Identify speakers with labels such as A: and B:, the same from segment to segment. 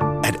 A: At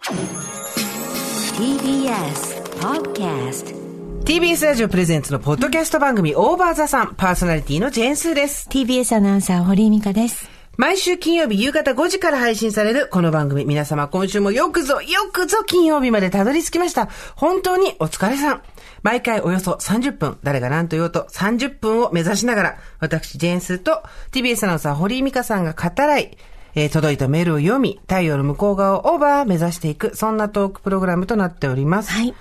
B: TBS Podcast
C: TBS ラジオプレゼンツのポッドキャスト番組オーバーザさんパーソナリティのジェーンスーです。
B: TBS アナウンサー堀井美香です
C: 毎週金曜日夕方5時から配信されるこの番組皆様今週もよくぞよくぞ金曜日までたどり着きました。本当にお疲れさん。毎回およそ30分、誰が何と言おうと30分を目指しながら、私ジェーンスーと TBS アナウンサー堀井美香さんが語らい、えー届いたメールを読み、太陽の向こう側をオーバー目指していく、そんなトークプログラムとなっております。
B: はい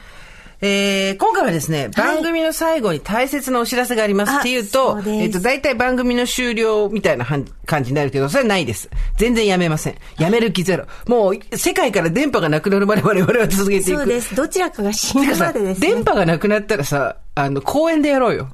C: えー今回はですね、番組の最後に大切なお知らせがあります
B: あ
C: っていうと、
B: そうです
C: えっ、と、大体番組の終了みたいなはん感じになるけど、それはないです。全然やめません。やめる気ゼロ。もう、世界から電波がなくなるまで我々は続けていく。
B: そうですどちらかが死ぬ
C: てか
B: ま
C: さ、
B: で です、ね、
C: 電波がなくなったらさ、あの、公園でやろうよ。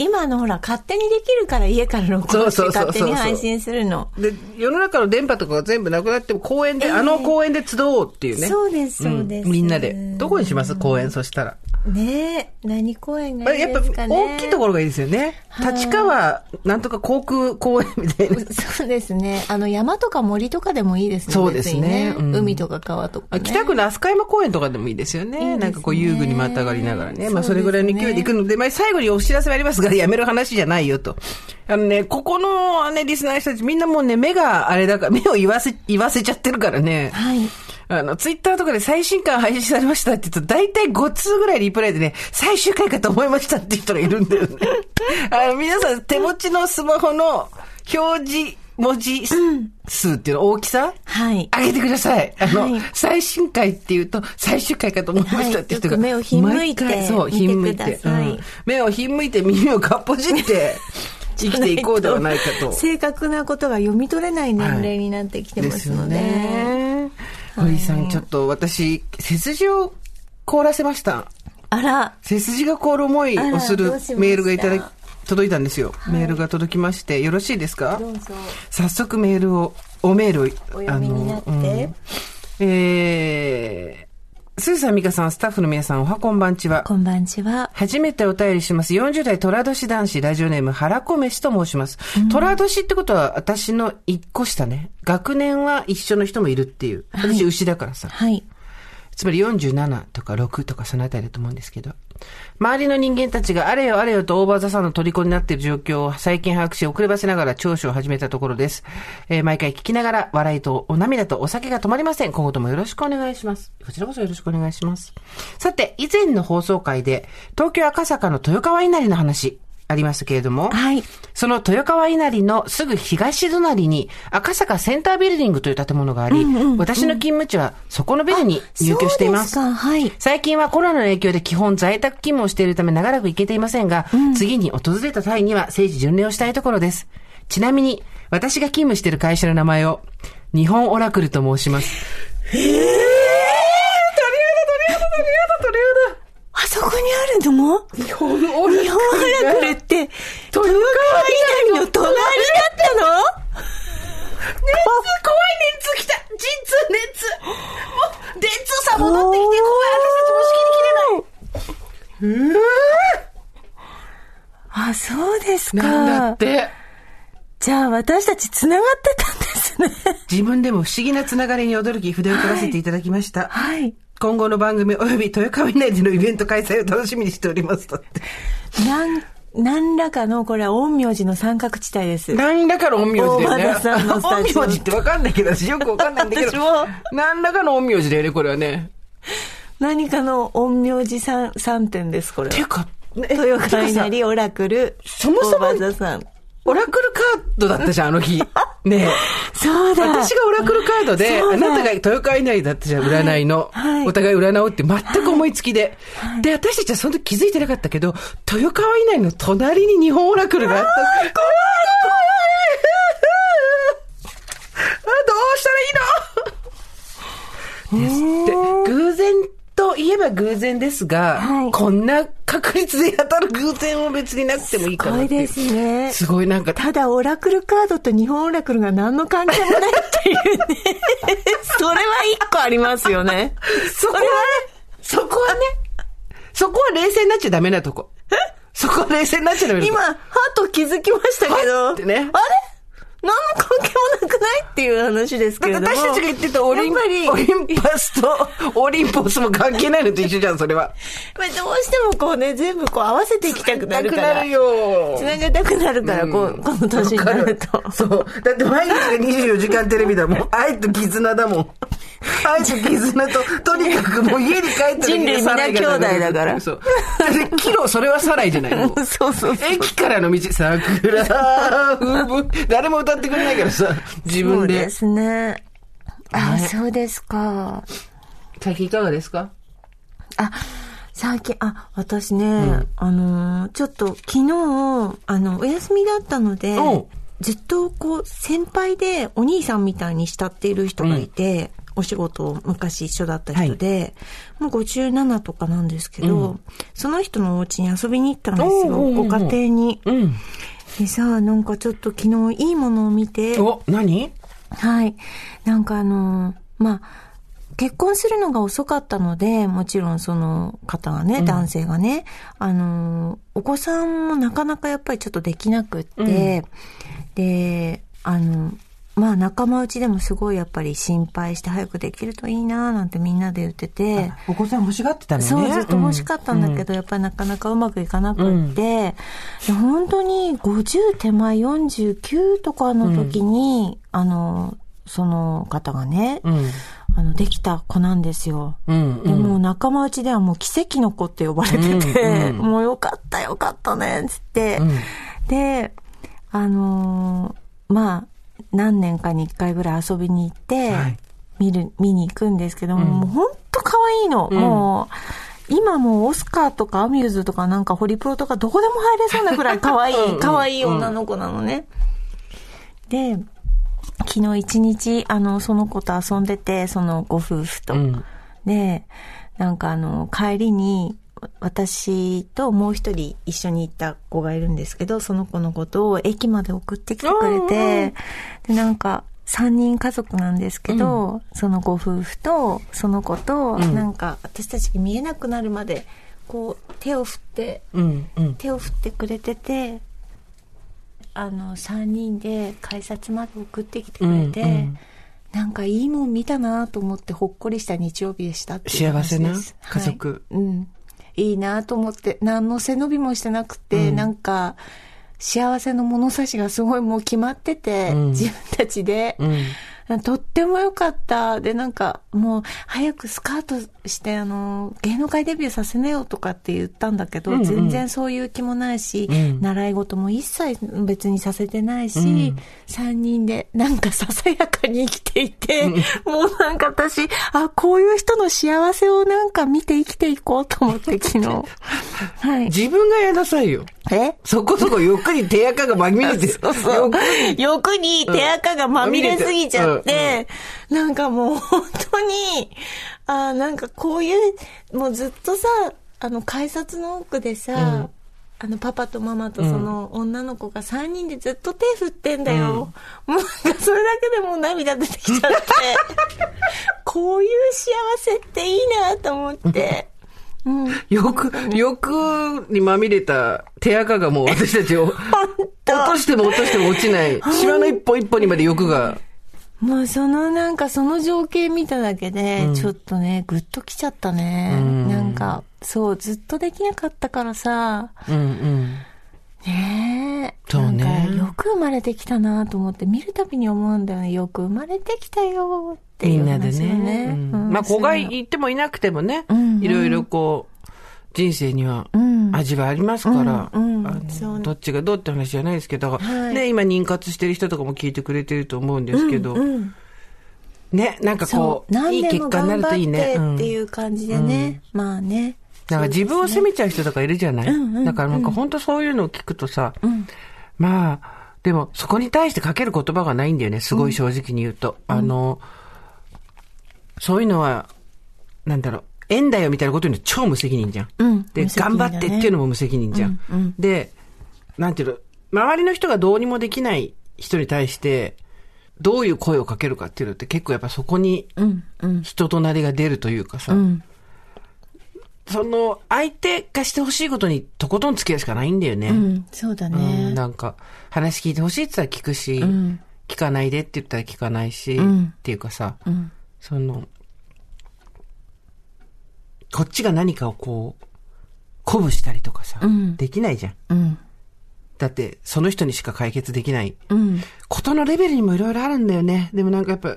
B: 今のほら勝手にできるから家から録音して
C: そうそうそう
B: 勝
C: そう
B: 手に配信するの
C: で、世の中の電波とかが全部なくなっても、公園で、
B: ええ
C: あの公園で集おうっていうね。
B: そうですそうです、
C: みんなで。どこにします公園、そしたら。
B: ねえ何公園がいい
C: やっぱ
B: ですかね
C: 大きいところがいいですよね。立川、なんとか航空公園みたいな。
B: そうですね。あの、山とか森とかでもいいですね。
C: そうですね
B: 別に
C: うん
B: 海とか川とか、ね。
C: 北区の飛鳥山公園とかでもいいですよね。
B: いいですね
C: なんかこう遊具にまたがりながらね。まあ
B: そ
C: そう
B: で
C: れ
B: すね
C: ぐらいの勢いで行くので、まあ最後にお知らせがありますが、やめる話じゃないよと。あのね、ここのね、リスナーの人たちみんなもうね、目があれだから、目を言わせ、言わせちゃってるからね。
B: はい。
C: あの、ツイッターとかで最新刊配信されましたって言うと、大体5通ぐらいリプライでね、最終回かと思いましたって人がいるん だよね。あの、皆さん手持ちのスマホの表示、文字数っていうの大きさ
B: はい。
C: あげてください。あの、
B: はい
C: 最新回っていうと、最終回かと思いましたって人が。
B: はいよく目をひんむいて
C: 毎回そう、
B: 見て
C: ひんむいて
B: ください
C: うん目をひんむいて、耳をかっぽじって、生きていこうではな いかと。
B: 正確なことが読み取れない年齢になってきてますので。
C: ね。堀井さん、ちょっと私、背筋を凍らせました。
B: あら、
C: 背筋が凍る思いを
B: あ
C: する
B: らどうしました
C: メールがいただき、届いたんですよ。メールが届きまして、よろしいですか
B: どうぞ
C: 早速メールを、おメールを、
B: お読みになって。
C: あのうんえー、スーさん、ミカさん、スタッフの皆さん、おはこんばんちは。
B: こんばんちは。
C: 初めてお便りします。40代虎年男子、ラジオネーム、原子飯と申します。虎年ってことは、私の一個下ね。学年は一緒の人もいるっていう。私、牛だからさ。
B: はい。
C: つまり47とか6とかそのあたりだと思うんですけど、周りの人間たちがあれよあれよとオーバーザさんの虜になっている状況を最近把握し遅ればせながら聴取を始めたところです。えー毎回聞きながら笑いとお涙とお酒が止まりません。今後ともよろしくお願いします。こちらこそよろしくお願いします。さて、以前の放送回で東京赤坂の豊川稲荷の話ありましたけれども、
B: はい。
C: その豊川稲荷のすぐ東隣に赤坂センタービルディングという建物があり、私の勤務地はそこのビルに入居しています。
B: そうですか。はい。
C: 最近はコロナの影響で基本在宅勤務をしているため長らく行けていませんが、次に訪れた際には政治巡礼をしたいところです。ちなみに、私が勤務している会社の名前を、日本オラクルと申します。
B: あそこにあるの
C: 日本オラクル
B: 日本アラクルって、
C: 豊川稲
B: 南の隣だったの
C: 熱怖い熱来た陣痛熱もう電通さん戻ってきて怖い私たちも仕切りきれない
B: あ、そうです
C: うーなんだっ
B: か。
C: て
B: じゃあ私たち繋がってたんですね。
C: 自分でも不思議なつながりに驚き筆を取らせていただきました、
B: はい。
C: 今後の番組および豊川稲荷のイベント開催を楽しみにしておりますだって
B: なん、何らかの、これは陰陽師の三角地帯です。
C: 何らかの陰陽師だ
B: 大和さんのスタ
C: よね
B: ジオ
C: 陰陽師ってわかんないけど私よくわかんないんだけど
B: 私も
C: 何らかの陰陽師だよねこれはね
B: 何かの陰陽師三、三点です、これは。
C: ていうかえ
B: 豊川稲
C: てかさ
B: 荷、オラクル、
C: そもそも
B: オーバーザさん。
C: オラクルカードだったじゃんあの日ねえ
B: そうだ。
C: 私がオラクルカードで、
B: そう
C: あ
B: だ
C: なたが豊川稲荷だったじゃん、占いの。
B: はい
C: お互い占おうって全く思いつきで。で、私たちはその時気づいてなかったけど、豊川稲荷の隣に日本オラクルがあ った。怖い怖いあ、どうしたらいいのですって。偶然といえば偶然ですが、
B: はい
C: こんな確率で当たる偶然を別になくてもいいか
B: 怖
C: なっ
B: い
C: てい
B: で
C: う。
B: すね。
C: すごいなんか、
B: ただ、オラクルカードと日本オラクルが何の関係もないっていう ね。それは一個ありますよね。
C: そこはね、そこはね、そこは冷静になっちゃダメなとこ。そこは冷静になっちゃダメなと
B: 今、
C: こ。
B: はと気づきましたけ
C: は
B: ど。
C: ってね
B: あれ何の関係もなくないっていう話ですけれども。
C: 私たちが言ってたオリン
B: やっぱり
C: オリンパスと オリンポスも関係ないのと一緒じゃん、それは。
B: まあ、どうしてもこうね、全部こう合わせていきたくなるから。
C: なくなるよ
B: つ。なげたくなるから、こう、この年になる
C: わ
B: と
C: か。そう。だって毎日が24時間テレビだもん。愛と絆だもん。愛と絆と、とにかくもう家に帰った時
B: 人類
C: にサライが
B: 皆兄弟だから
C: そう。で、キロ、それはサライじゃないもう
B: そうそうそう。
C: 駅からの道、桜、風物、誰も歌ってくれないからさ、自分
B: そう
C: で
B: で。すね。あ、
C: ね
B: そうですか。
C: 最近いかがですか
B: あ、最近、あ、私ね、あのー、ちょっと昨日、あの、お休みだったので
C: おう、
B: ずっとこう、先輩でお兄さんみたいに慕っている人がいて、お仕事を昔一緒だった人で、もう57とかなんですけど、その人のお家に遊びに行ったんですよ、
C: おうおうおうお
B: ご
C: う
B: 家庭に。
C: うん。
B: でさ、なんかちょっと昨日いいものを見て、
C: お、何
B: はい。なんかあの、まあ、結婚するのが遅かったので、もちろんその方がね、男性がね、あの、お子さんもなかなかやっぱりちょっとできなくって、で、あの、まあ仲間内でもすごいやっぱり心配して早くできるといいなーなんてみんなで言ってて、
C: お子さん欲しがってたのね。
B: そう、ずっと欲しかったんだけど、やっぱりなかなかうまくいかなくって、で本当に50手前49とかの時に、あの、その方がね、
C: うん。
B: あの、できた子なんですよ。
C: うん。
B: でもう仲間内ではもう奇跡の子って呼ばれてて、もうよかったよかったね、つって。で、あのーまあ、何年かに一回ぐらい遊びに行って、
C: はい
B: 見る、見に行くんですけども、もうほんと可愛いの。もう、今もうオスカーとかアミューズとかなんかホリプロとかどこでも入れそうなくらい可愛い、可愛い女の子なのね。で、昨日一日、あの、その子と遊んでて、そのご夫婦と。
C: ん
B: で、なんかあの、帰りに、私ともう一人一緒に行った子がいるんですけど、その子のことを駅まで送ってきてくれて、で、なんか、三人家族なんですけど、そのご夫婦と、その子と、なんか、私たち見えなくなるまで、こう、手を振って、
C: うん。うん。
B: 手を振ってくれててあの3人で改札まで送ってきてくれて、
C: うんうん
B: なんかいいもん見たなと思ってほっこりした日曜日でしたっていう
C: 幸
B: 話
C: せ
B: で
C: な
B: す
C: 家族
B: はいうんいいなと思って何の背伸びもしてなくて、なんか幸せの物差しがすごいもう決まってて、自分たちで、とっても良かった。で、なんか、もう、早くスカートして、あの、芸能界デビューさせなよとかって言ったんだけど、全然そういう気もないし、習い事も一切別にさせてないし、三3人で、なんかささやかに生きていて、もうなんか私、あ、こういう人の幸せをなんか見て生きていこうと思って、昨 日。はい。
C: 自分がやなさいよ。
B: え
C: そこそこゆっくり手垢がまみれて。
B: そうそう。欲に手垢がまみれすぎちゃって、なんかもう本当に、あーなんかこういう、もうずっとさ、あの、改札の奥でさ、あの、パパとママとその女の子が3人でずっと手振ってんだよ。もうなんかそれだけでもう涙出てきちゃ って、こういう幸せっていいなと思 って。うん。本
C: 欲、欲にまみれた手垢がもう私たち を
B: 当
C: 落としても落としても落ちない。シワの一本一本にまで欲が。
B: もうそのなんかその情景見ただけで、ちょっとね、ぐっときちゃったね。なんか、そう、ずっとできなかったからさ、
C: うんうん。
B: ねえ。
C: そうね
B: なんかよく生まれてきたなと思って、見るたびに思うんだよね。よく生まれてきたよって
C: み
B: いうん
C: なで
B: 話をね。
C: ね。うん
B: うん
C: まあ、子が
B: そう
C: いてもいなくてもね
B: んう、ん
C: いろいろこう、人生には
B: ん
C: 味はありますから、あ
B: うんうんそう
C: の
B: ね
C: どっちがどうって話じゃないですけど、だから
B: はい
C: ね、今妊活してる人とかも聞いてくれてると思うんですけど、
B: うん、
C: ね、なんかこ
B: そう、
C: う、い
B: 何
C: い
B: で
C: 結
B: も
C: 果にな
B: 頑
C: る
B: 張
C: といいね。う
B: って
C: ん
B: っていう感じでね。まあね。
C: なんか自分を責めちゃう人とかいるじゃない、
B: んうん
C: だからなんか本当そういうのを聞くとさ、まあ、でもそこに対してかける言葉がないんだよね、すごい正直に言うと。あの、そういうのは、なんだろう、縁だよみたいなこと言うの超無責任じゃん。
B: うん
C: で、
B: 無責任だ
C: 頑張
B: ね
C: ってっていうのも無責任じゃん。で、なんていうの、周りの人がどうにもできない人に対して、どういう声をかけるかっていうのって結構やっぱそこに
B: うん、うん、
C: 人となりが出るというかさ、
B: うん。
C: その相手がしてほしいことにとことん付き合うしかないんだよね。
B: うん、そうだ
C: うん
B: ね。
C: なんか、話聞いてほしいって言ったら聞くし、
B: ん
C: 聞かないでって言ったら聞かないし、
B: ん
C: っていうかさ、
B: ん
C: その、こっちが何かをこう、鼓舞したりとかさ、
B: ん
C: できないじゃん。
B: うん、
C: だって、その人にしか解決できない。
B: うん。
C: ことのレベルにもいろいろあるんだよね。でもなんかやっぱ、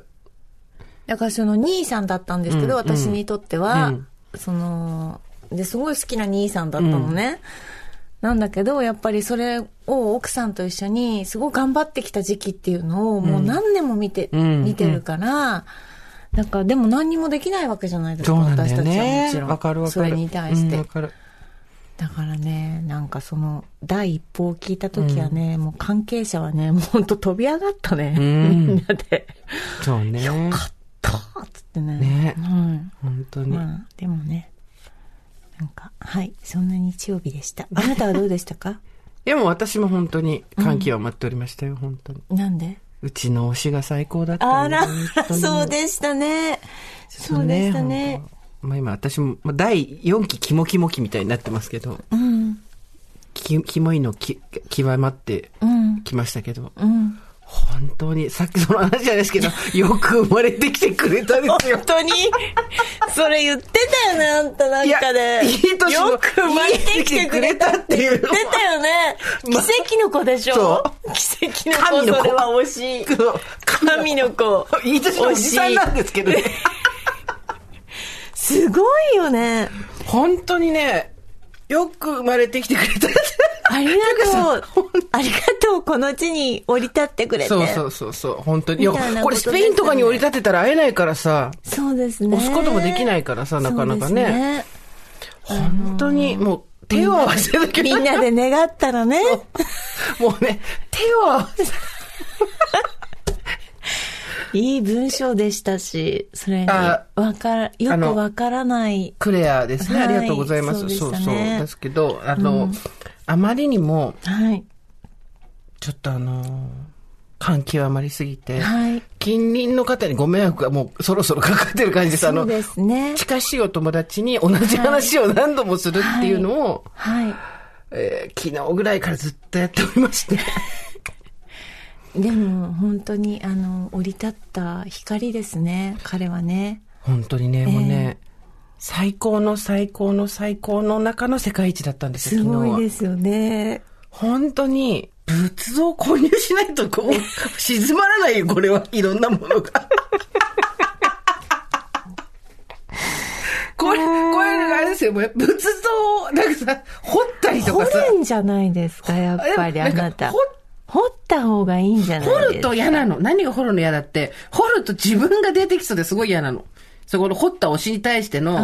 B: だからその兄さんだったんですけど、
C: うん
B: 私にとっては、
C: うん
B: その、で、すごい好きな兄さんだったのね。なんだけど、やっぱりそれを奥さんと一緒に、すごい頑張ってきた時期っていうのを、もう何年も見て、
C: うん
B: 見てるから、なんか、でも何にもできないわけじゃないです
C: そ
B: か、
C: うなんだ
B: 私
C: よ
B: たちはも
C: ね
B: ち。ろん。
C: わかるわかる。
B: それに対して。
C: うんわかる。
B: だからね、なんかその、第一報を聞いた時はね、もう関係者はね、もうほんと飛び上がったね。
C: ん
B: みんなで。
C: そうね。よかっ
B: とーっつってね。
C: ね
B: うん。
C: 本当に。
B: まあ、でもね。なんか、はい、そんな日曜日でした。あなたはどうでした か
C: でも私も本当に歓喜を待っておりましたよ、本当に。
B: なんで
C: うちの推しが最高だった
B: あ
C: んで
B: ら
C: 本、当に
B: そうでしたね。そうでしたね
C: 本。当まあ今私も、まあ、第4期キモキモ期みたいになってますけど、
B: うん、
C: きキモいのき極まって
B: うん、
C: きましたけど、
B: うん。
C: 本当に、さっきその話じゃないです けど、よく生まれてきてくれたですよ
B: 本。当にそれ言ってたよね、あんたなんかで。
C: いやいい年の
B: よく生まれてきてくれたって言ってたよね。奇
C: ま
B: 跡の子でしょ
C: そ
B: 奇跡の
C: 神の
B: 子、そ
C: 子
B: れは惜しい。神の子。
C: いい年のおじさんなんですけどね。
B: すごいよね。
C: 本当にね、よく生まれてきてくれた。
B: ありがとう。ありがとう、この地に降り立ってくれて。
C: そうそうそうそう、本当に。いや
B: みたいな
C: こ
B: こ
C: れ
B: と
C: スペインとかに降り立てたら会えないからさ、
B: そうですね。
C: 押すこともできないからさ、なかなか
B: そうです
C: ね。。本当に、もう手を合わせるだけ
B: みんなで願ったらね。
C: もうね、手を合わせ
B: いい文章でしたし、それに、
C: あ
B: わから、よくわからない。
C: クレアですね。
B: はい
C: ありがとうございます。
B: そうで
C: そ
B: し
C: う
B: た
C: そう
B: ね
C: ですけど、あの、あまりにも、
B: はい。
C: ちょっとあの、感極まりすぎて、
B: はい。
C: 近隣の方にご迷惑がもうそろそろかかってる感じです。あ
B: そう
C: の、
B: ですね。
C: 近しいお友達に同じ話を何度もするっていうのを、
B: はい。
C: えー昨日ぐらいからずっとやっておりまして。
B: でも、本当に、あの、降り立った光ですね、彼はね。
C: 本当にね、もうね、最高の最高の最高の中の世界一だったんです
B: す
C: よ、
B: ご。
C: 昨日はい
B: ですよね。
C: 本当に、仏像を購入しないとこう、 静まらないよ、これは。いろんなものが。 これ、これ、あれですよ、もう仏像を、なんかさ、掘ったりと
B: 掘
C: かさ、
B: るんじゃないですか、やっぱり
C: あ
B: あ
C: れなんか
B: なた
C: 掘。
B: 掘った方がいいんじゃないですか。
C: 掘ると嫌なの。何が掘るの嫌だって、掘ると自分が出てきそうですごい嫌なの。そこの掘った推しに対しての
B: ー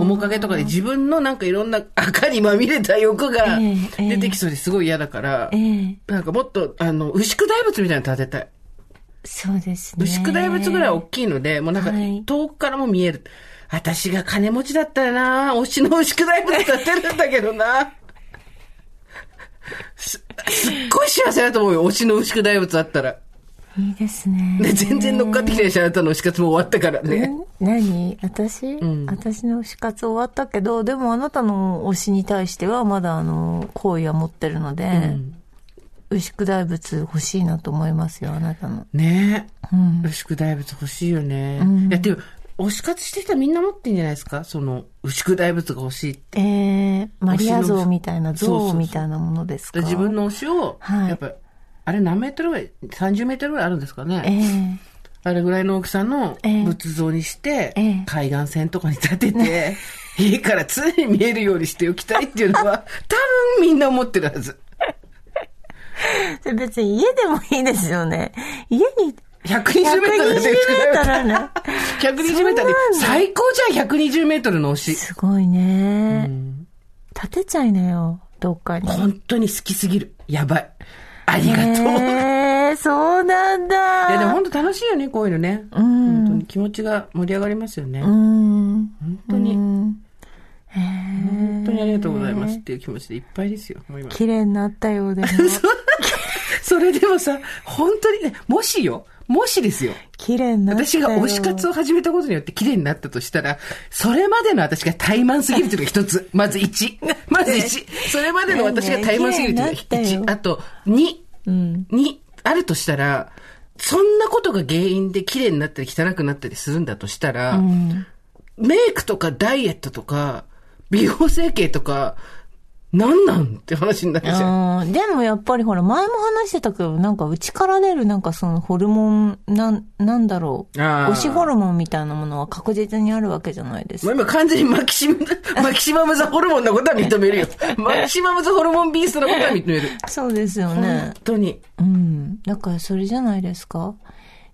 C: 面影とかで自分のなんかいろんな赤にまみれた欲が
B: ええええ
C: 出てきそうですごい嫌だから、
B: ええ、
C: なんかもっと、あの、牛久大仏みたいなの建てたい。
B: そうですね。
C: 牛久大仏ぐらい大きいので、もうなんか
B: はい
C: 遠くからも見える。私が金持ちだったらな、推しの牛久大仏建てるんだけどな。すすっごい幸せだと思うよ、推しの牛久大仏あったら。
B: いいですね。
C: で、全然乗っかってきてないし、あなたの推し活も終わったからね。
B: ん何私、私の推し活終わったけど、でもあなたの推しに対してはまだあの、好意は持ってるので、牛久大仏欲しいなと思いますよ、あなたの。
C: ねえ。牛久大仏欲しいよね。いや、でも、推し活してきたみんな持ってんじゃないですかその、牛久大仏が欲しいって。
B: えー、マリア像みたいな
C: 推しのそうそう
B: 像
C: そう
B: みたいなものですか
C: 自分の推しを、
B: はい
C: やっぱ、あれ何メートルぐらい ?30 メートルぐらいあるんですかね
B: えー、
C: あれぐらいの大きさの
B: ええ
C: 仏像にして、
B: ええ
C: 海岸線とかに立てて、家から常に見えるようにしておきたいっていうの は、多分みんな思ってるはず。
B: それ別に家でもいいですよね。家に
C: 120メートル
B: 120メートルね。
C: 120メートルで
B: そんなの
C: 最高じゃん、120メートルの推し。
B: すごいね。立てちゃいなよ、どっかに。
C: 本当に好きすぎる。やばい。ありがとう。
B: えー、そうなん
C: いや、でも
B: だ。
C: 本当楽しいよね、こういうのね。
B: うん
C: 本当に気持ちが盛り上がりますよね。
B: う
C: 本
B: ん。
C: 当
B: う
C: に、
B: ん。へ
C: 本当にありがとうございます
B: え。
C: っていう気持ちでいっぱいですよ、もう今。
B: 綺麗になったようでも。
C: それでもさ、本当にね、もしよ、もしですよ。
B: 綺麗になったよ。
C: 私が推し活を始めたことによって綺麗になったとしたら、それまでの私が怠慢すぎるというのが 一つ。まず1。まず1。それまでの私が怠慢すぎるというのが
B: ねえねえ
C: 1。あと2。2。あるとしたら、そんなことが原因で綺麗になったり汚くなったりするんだとしたら、メイクとかダイエットとか、美容整形とか、なんなんって話になるじゃん。
B: あーでもやっぱりほら、前も話してたけど、なんか内から出るなんかそのホルモン、なん、なんだろう。
C: あー
B: 推しホルモンみたいなものは確実にあるわけじゃないです
C: もう
B: か。
C: 今完全にマキシム、 マキシマムザホルモンのことは認めるよ。 マキシマムザホルモンビーストのことは認める。
B: そうですよ
C: 本
B: ね。
C: 当に。
B: うん。だからそれじゃないですか。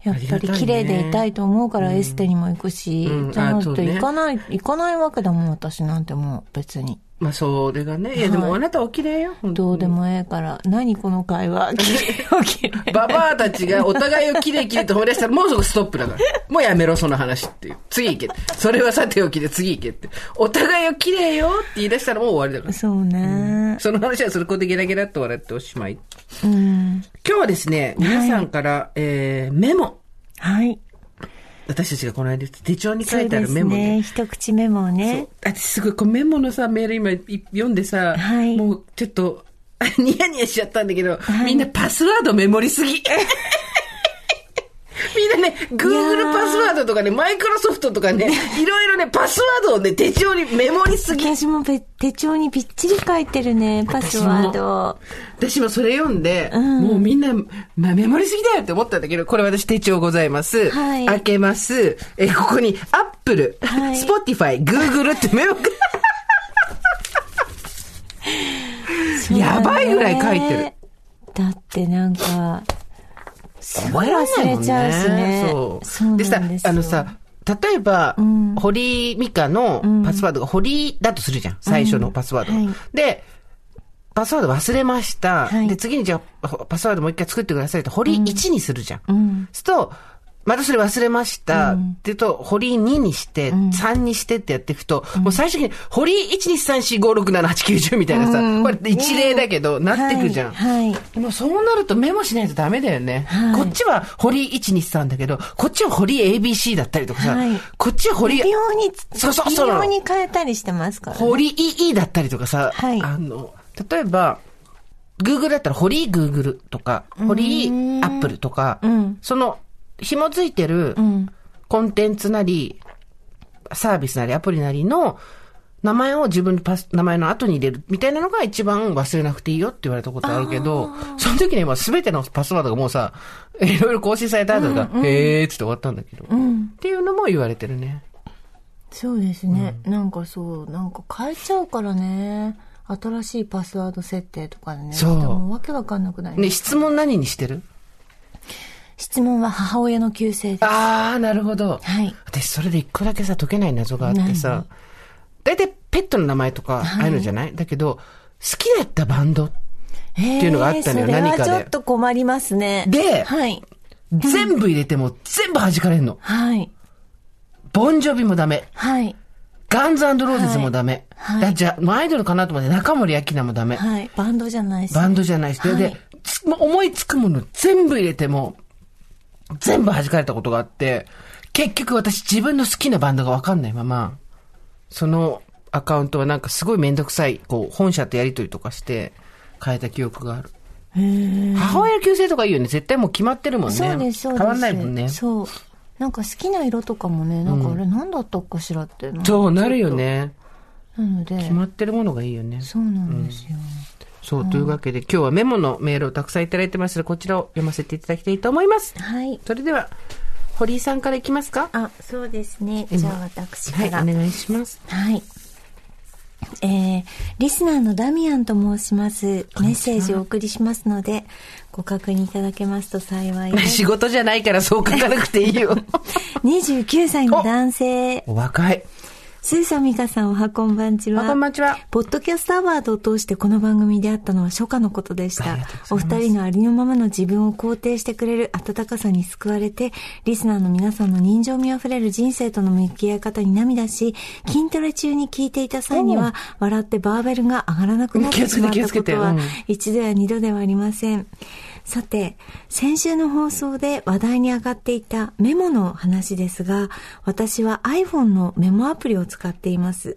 B: やっぱり綺麗でいたいと思うからエステにも行くし、
C: うん
B: じゃな
C: あそ
B: いうと
C: ね
B: 行かない、行かないわけだもん、私なんてもう別に。
C: まあ、それがね。いや、でもあなたお綺麗よ。本当
B: どうでもええから、何この会話、綺麗を綺 麗。
C: ババアたちがお互いを綺麗綺麗と褒め出したらもうすぐストップだから。もうやめろ、その話っていう。次行け。それはさておきで次行けって。お互いを綺麗よって言い出したらもう終わりだから。
B: そうね。
C: その話はそこでゲラゲラっと笑っておしまい。
B: うん。
C: 今日はですね、皆さんから、えー、メモ。
B: はい。
C: 私たちがこの間手帳に書
B: そう
C: いてあ
B: で
C: る
B: す
C: メモね
B: ね。一口メモをね。
C: 私すごいこうメモのさメール今い読んでさ、
B: はい
C: もうちょっと ニヤニヤしちゃったんだけど、みんなパスワードメモりす ぎみんなね、Google
B: いやー
C: パスワードとかね、マイクロソフトとかね、いろいろね、パスワードをね、手帳にメモりすぎ。
B: 私もべ手帳にびっちり書いてるね、パスワード。
C: 私もそれ読んで、もうみんな、まあ、メモりすぎだよって思ったんだけど、これ私手帳ございます。
B: はい
C: 開けます。え、ここに、アップル、
B: はい
C: スポティファイ、グーグルってメモが、やばいぐらい書いてる。
B: だってなんか、すごい忘れちゃうしね。
C: そう。
B: そう
C: で
B: な
C: さ
B: んです、よ
C: あのさ、例えば、
B: ん
C: 堀美香のパスワードが堀だとするじゃん。最初のパスワードが。
B: うんはい
C: で、パスワード忘れました。
B: はい
C: で、次にじゃあ、パスワードもう一回作ってくださいと、堀1にするじゃん。
B: ん
C: すると、またそれ忘れました。って言うと、堀2にして、3にしてってやっていくと、もう最終的に、堀12345678910みたいなさ、これ一例だけど、なってくじゃん。
B: はい。はい
C: もうそうなるとメモしないとダメだよね。
B: はい
C: こっちは堀123だけど、こっちは堀 ABC だったりとかさ、
B: はい
C: こっちは堀
B: 微、妙に、
C: そうそう
B: 微
C: そうなの
B: 妙に変えたりしてますから、ね。
C: 堀 EE だったりとかさ、
B: はい
C: あの、例えば、Google だったら堀 Google とか、堀 Apple とか、
B: ん
C: その、紐づいてる
B: ん
C: コンテンツなり、サービスなりアプリなりの名前を自分のパス、名前の後に入れるみたいなのが一番忘れなくていいよって言われたことあるけど、その時には全てのパスワードがもうさ、 いろいろ更新された後が、へーっつって終わったんだけど、っていうのも言われてるね。
B: そうですね、なんかそう、なんか変えちゃうからね。新しいパスワード設定とかでね。
C: そう
B: もうわけわかんなくなります
C: ね、質問何にしてる
B: 質問は母親の旧姓です。
C: ああ、なるほど。
B: はい
C: 私、それで一個だけさ、解けない謎があってさ、大体ペットの名前とか、ああいうのじゃないだけど、好きだったバンド、
B: って
C: いうのがあったのよ何か
B: そ
C: で
B: れはちょっと困りますね。
C: で
B: はい。
C: 全部入れても全部弾かれんの。
B: はい。
C: ボンジョビもダメ。
B: はい。
C: ガンズローゼズもダメ。
B: はいはい
C: だじゃあ、もうアイドルかなと思って、中森明菜もダメ。
B: はい。バンドじゃないし。
C: バンドじゃないし、で
B: はい
C: で、つもう思いつくもの全部入れても、全部弾かれたことがあって、結局私自分の好きなバンドがわかんないまま、そのアカウントはなんかすごいめんどくさい、こう、本社とやりとりとかして変えた記憶がある。母親旧姓とかいいよね。絶対もう決まってるもんね。
B: そうです、そうです。
C: 変わんないもんね。
B: そう。なんか好きな色とかもね、なんかあれ何だったかしらって。なんか
C: そうなるよね。
B: なので
C: 決、まってるものがいいよね。
B: そうなんですよ。
C: そう、というわけで今日はメモのメールをたくさんいただいてますので、こちらを読ませていただきたいと思います。
B: はい。
C: それでは、堀井さんからいきますか
B: あ、そうですね。じゃあ私
C: はい、
B: か
C: お
B: ら。
C: 願いします。
B: はい。えー、リスナーのダミアンと申します。メッセージをお送りしますので、ご確認いただけますと幸いです
C: 仕。事じゃ ないからそう書かなくていいよ。
B: 29歳の男性。
C: お若い。
B: スーさん、ミカさん、おはこんばんちは。
C: あこんばんちは。
B: ポッドキャストアワードを通してこの番組であったのは初夏のことでし
C: あり
B: た
C: がとうございます
B: お二人のありのままの自分を肯定してくれる温かさに救われてリスナーの皆さんの人情味あふれる人生との向き合い方に涙し筋トレ中に聞いていた際には笑ってバーベルが上がらなくなってしまっ
C: 気を
B: た
C: つけ
B: こと
C: て気をつけてう
B: は
C: ん
B: 一度や二度ではありませんさて先週の放送で話題に上がっていたメモの話ですが私は iPhone のメモアプリを使っています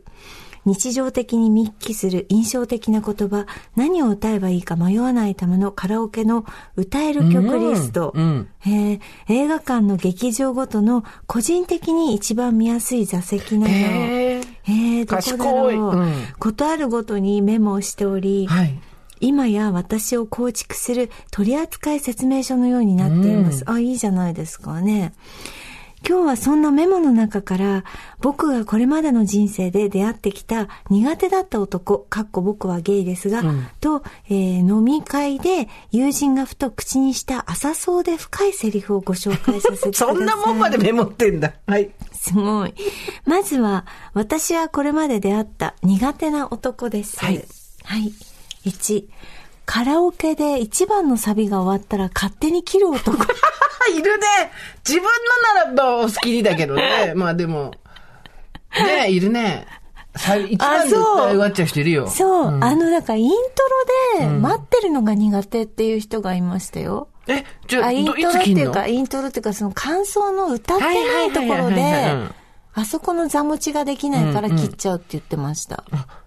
B: 日常的に見聞きする印象的な言葉何を歌えばいいか迷わないためのカラオケの歌える曲リスト、
C: うん
B: えー映画館の劇場ごとの個人的に一番見やすい座席など、
C: へー
B: えーどこだろう、
C: 賢いうん
B: ことあるごとにメモをしており、
C: はい。
B: 今や私を構築する取扱説明書のようになっています。あ、いいじゃないですかね。今日はそんなメモの中から、僕がこれまでの人生で出会ってきた苦手だった男、かっこ僕はゲイですが、と、えー飲み会で友人がふと口にした浅そうで深いセリフをご紹介させてください。
C: そんなもんまでメモってんだ。はい。
B: すごい。まずは、私はこれまで出会った苦手な男です。
C: はい。
B: はい。1、カラオケで一番のサビが終わったら勝手に切る男。
C: あ、いるね。自分のならばお好きにだけど ね。まあでも。ねいるね。さ一番絶対終わっちゃう人いるよ。
B: そう、あの、だからイントロで待ってるのが苦手っていう人がいましたよ。
C: え、じゃ
B: あ、
C: あ、
B: イン
C: ど
B: ト
C: い
B: ロっ
C: つ
B: て
C: 切ん
B: いう
C: の
B: か、イントロっていうか、その感想の歌ってないところ
C: はいはいはいはいはいは
B: で
C: い、
B: あそこの座持ちができないから切っちゃうって言ってました。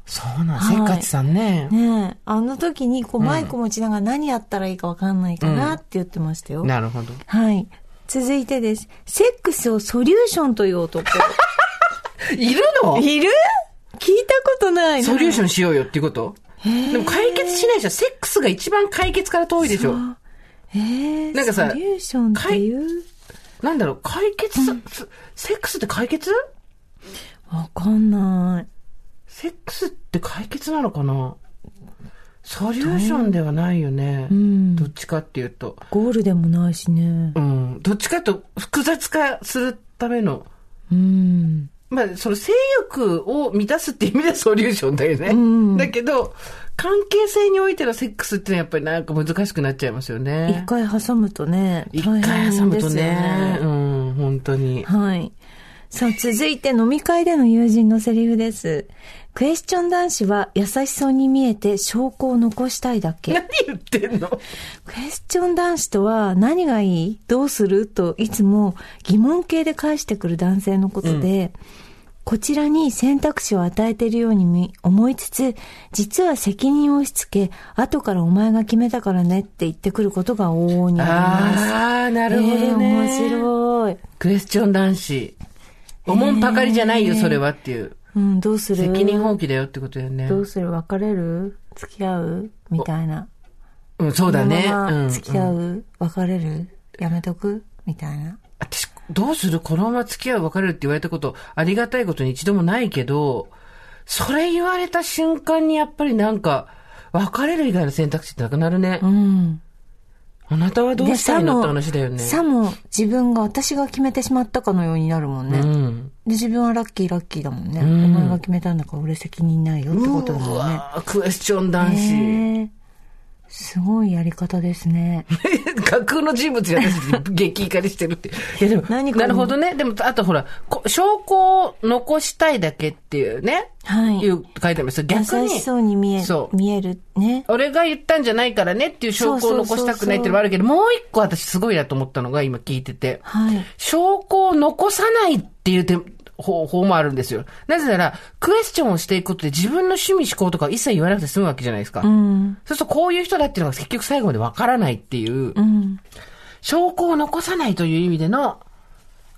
C: そうなん、
B: はい
C: せっかちさんね。
B: ねえ、あの時にこうマイク持ちながら何やったらいいかわかんないかなって言ってましたよ。
C: なるほど。
B: はい。続いてです。セックスをソリューションという男。
C: いるの
B: いる聞いたことないな
C: ソリューションしようよっていうことでも解決しないじゃん。セックスが一番解決から遠いでしょ。
B: えー、
C: なんかさ
B: ソリューションっていう
C: なんだろう、解決さ、すセックスって解決
B: わかんない。
C: セックスって解決なのかなソリューションではないよね。
B: ん
C: どっちかっていうと。
B: ゴールでもないしね。
C: うん。どっちかと複雑化するための。
B: うん。
C: まあ、その性欲を満たすっていう意味では ソリューションだよね。
B: ん
C: だけど、関係性においてのセックスってのはやっぱりなんか難しくなっちゃいますよね
B: 一。回挟むとね、
C: 一回挟むとね。
B: 大変です
C: う
B: よ
C: ん、本当に。
B: はい。さあ、続いて飲み会での友人のセリフです。クエスチョン男子は優しそうに見えて証拠を残したいだけ。
C: 何言ってんの
B: クエスチョン男子とは何がいいどうするといつも疑問形で返してくる男性のことで、こちらに選択肢を与えているようにみ思いつつ、実は責任を押し付け、後からお前が決めたからねって言ってくることが往々にあります。
C: ああ、なるほ
B: えー
C: どね。
B: 面白い。
C: クエスチョン男子。おもんぱかりじゃないよ、それはっていう。
B: うん、どうする
C: 責任放棄だよってことだよね。
B: どうする別れる付き合うみたいな。
C: うん、そうだね。
B: このま
C: う
B: ま
C: ん。
B: 付き合う、別れるやめとくみたいな。
C: 私、どうするこのまま付き合う別れるって言われたこと、ありがたいことに一度もないけど、それ言われた瞬間にやっぱりなんか、別れる以外の選択肢ってなくなるね。
B: うん。
C: あなたはどう
B: で
C: した
B: さ
C: いのって
B: も
C: 話だよね。
B: さも自分が私が決めてしまったかのようになるもんね。
C: う
B: で、
C: ん。
B: 自分はラッキーラッキーだもんね。
C: ん
B: お前が決めたんだから俺責任ないよってことだ
C: う
B: もんね。
C: わークエスチョン男子。
B: へーすごいやり方ですね。
C: 架空の人物が私たち激怒りしてるって。いやでも、
B: 何これ
C: なるほどね。でも、あとほら、こ証拠を残したいだけっていうね。
B: はい
C: いう書いてありますよ
B: 優
C: 逆に。
B: しそうに見え
C: そう
B: 見えるね。
C: 俺が言ったんじゃないからねっていう証拠を残したくないっていうのもあるけど、もう一個私すごいなと思ったのが今聞いてて、
B: はい
C: 証拠を残さないっていう手方法もあるんですよ。なぜなら、クエスチョンをしていくことで自分の趣味思考とか一切言わなくて済むわけじゃないですか。
B: うん。
C: そうするとこういう人だっていうのが結局最後までわからないっていう、
B: うん。
C: 証拠を残さないという意味での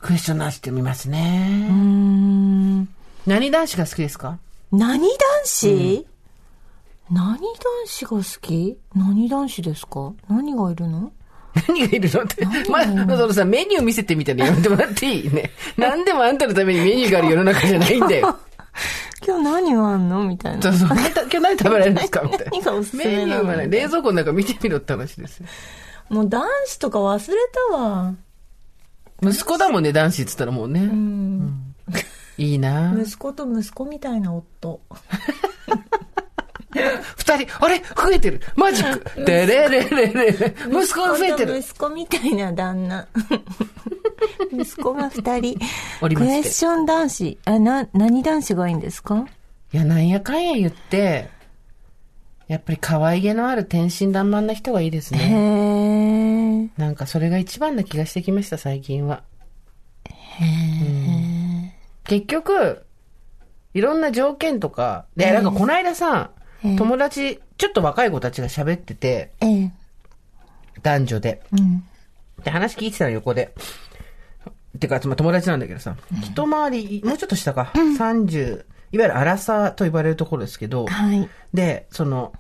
C: クエスチョンなしってみますね。
B: うーん。
C: 何男子が好きです か
B: 何男子、何男子が好き何男子ですか何がいるの
C: 何がいるのって。まあ、そのさ、メニュー見せてみたいなのやめてもらってい いね。何でもあんたのためにメニューがある世の中じゃないんだよ。
B: 今日何があんのみたい
C: そ
B: な
C: う。そう。今日何食べられるんですかみたいな。
B: 何がおすすめ
C: メニ
B: な
C: ュー
B: の
C: はね、冷蔵庫の中見てみろって話ですよ。
B: もう男子とか忘れたわ。
C: 息子だもんね、男子って言ったらもうね。いいな
D: 息子と息子みたいな夫。
C: 二人、あれ増えてるマジックでれれれれれ息子が増えて
D: 本当
C: る
D: 息子みたいな旦 那。
B: 息子が二人。
C: おりま
B: ク
C: して
B: エスチョン男子。あ、な、何男子がいいんですか
C: いや、なんやかんや言って、やっぱり可愛げのある天真爛漫な人がいいです
B: へ
C: ね。
B: ー。
C: なんかそれが一番な気がしてきました、最近は。うん結局、いろんな条件とか、で、なんかこの間さ、友達、ちょっと若い子たちが喋ってて、
B: ええ。
C: 男女で。で、話聞いてたの横で。てか、まあ、友達なんだけどさ、一回り、もうちょっと下か、30、いわゆる荒さと呼ばれるところですけど、
B: はい。
C: で、その、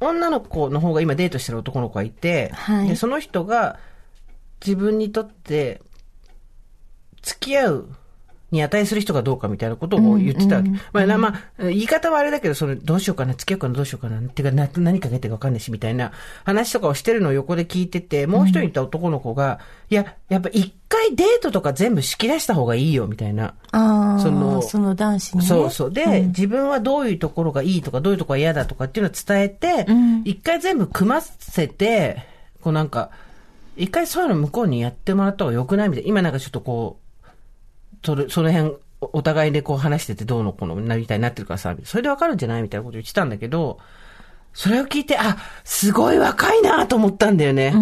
C: 女の子の方が今デートしてる男の子がいて、
B: はい
C: で、その人が自分にとって付き合うに値する人がどうかみたいなことを言ってたわけ。まあな、まあ、言い方はあれだけど、その、どうしようかな、付き合うかな、どうしようかな、てか、な何かけてるかわかんないし、みたいな話とかをしてるのを横で聞いてて、もう一人いた男の子が、いや、やっぱ一回デートとか全部仕切らした方がいいよ、みたいな。
B: ああ、
C: そ
B: そ
C: の
B: の、男子に、ね。
C: そうそう。で、自分はどういうところがいいとか、どういうところが嫌だとかっていうのを伝えて、一、回全部組ませて、こうなんか、一回そういうの向こうにやってもらった方が良くないみたいな。今なんかちょっとこう、それ、その辺、おお互いでこう話しててどうのこうのなみたいになってるからさ、それでわかるんじゃないみたいなこと言ってたんだけど、それを聞いて、あ、すごい若いなと思ったんだよね。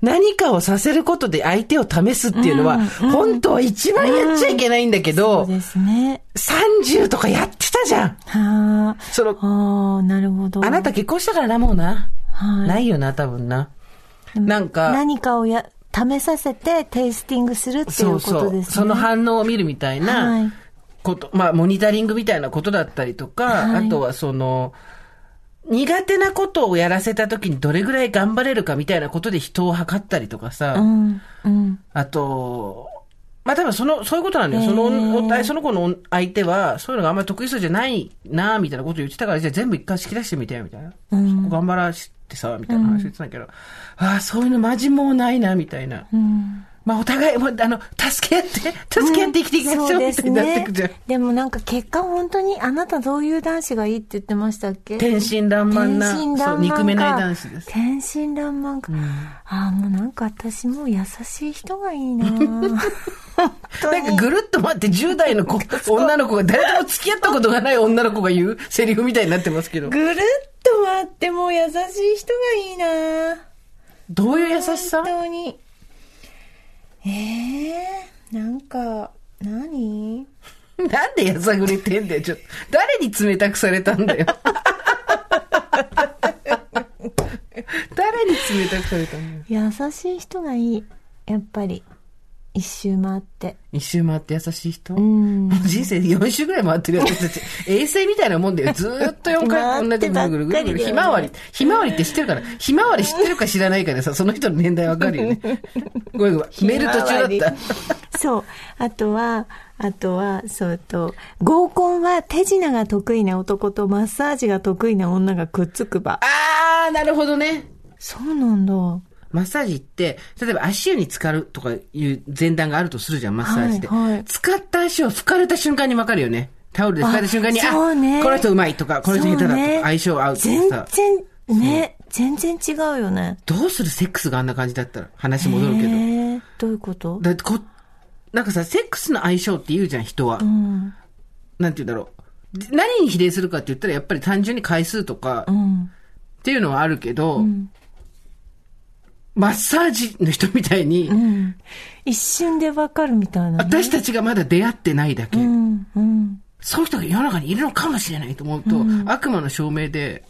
C: 何かをさせることで相手を試すっていうのは、本当は一番やっちゃいけないんだけど、
B: そうですね。
C: 30とかやってたじゃん。
B: は
C: その
B: あ。、ああ、なるほど。
C: あなた結婚したからな、もうな。
B: はい
C: ないよな、多分な。なんか、
B: 何かをや、試させてテイスティングするってい
C: そうう
B: こと
C: そ
B: で
C: う、
B: すね。
C: その反応を見るみたい
B: はい
C: なこと、まあ、モニタリングみたいなことだったりとか、
B: はい
C: あとはその、苦手なことをやらせた時にどれぐらい頑張れるかみたいなことで人を測ったりとかさ、
B: うん、うん。
C: あと、まあ、多分その、そういうことなんだよ。そのお、その子の相手は、そういうのがあんまり得意そうじゃないな、みたいなこと言ってたから、じゃあ全部一回引き出してみてよ、みたいな。そこ頑張らしてさ、みたいな話言ってたんだけど、ああ、そういうのマジもうないな、みたいな。まあ、お互い、もうあの、助け合って、助け合って生きていきましょう、みたいになってくじゃん。
B: そうですねでもなんか結果本当にあなたどういう男子がいいって言ってましたっけ
C: 天真爛漫な、
B: 天真爛漫か
C: そう、憎めない男子です。
B: 天真爛漫か。ああ、もうなんか私もう優しい人がい いな
C: なんかぐるっと待って10代の子、女の子が誰とも付き合ったことがない女の子が言うセリフみたいになってますけど。
B: ぐるっと回ってもう優しい人がいいな
C: どういう優しさ
B: 本当に。ええなんか、何
C: なんでやさぐれてんだよ、ちょっと。誰に冷たくされたんだよ。 誰に冷たくされたんだよ。
B: 優しい人がいい。やっぱり。一周回って。
C: 一周回って優しい人、
B: うん。
C: 人生4周ぐらい回ってる私たち。衛星みたいなもんだよ。ずーっと4回同じぐるぐるぐるぐる。
B: 回ってばっかりだよね
C: ひまわり。ひまわりって知ってるから。ひまわり知ってるか知らないかでさ、その人の年代わかるよね。 ごめんごめん。メール途中だっ
B: そう。あとは、あとは、そうと、合コンは手品が得意な男とマッサージが得意な女がくっつく場
C: た。。あー、なるほどね。
B: そうなんだ。
C: マッサージって、例えば足湯に浸かるとかいう前段があるとするじゃん、マッサージって。
B: はいはい
C: 使った足を拭かれた瞬間にわかるよね。タオルで拭かれた瞬間に、
B: あ
C: あ
B: そうね
C: この人うまいとか、この人下手だとか、
B: そうね
C: 相性合うと
B: 全
C: かさ。
B: 然、ね、全然違うよね。
C: どうするセックスがあんな感じだったら、話戻るけど。
B: えー、どういうこと
C: だってこ、なんかさ、セックスの相性って言うじゃん、人は。
B: うん。
C: なんて言うんだろう。で何に比例するかって言ったら、やっぱり単純に回数とか、
B: うん。
C: っていうのはあるけど、マッサージの人みたいに、
B: うん。一瞬でわかるみたいな、ね。
C: 私たちがまだ出会ってないだけ。
B: うん、うん。
C: そういう人が世の中にいるのかもしれないと思うと、悪魔の証明で、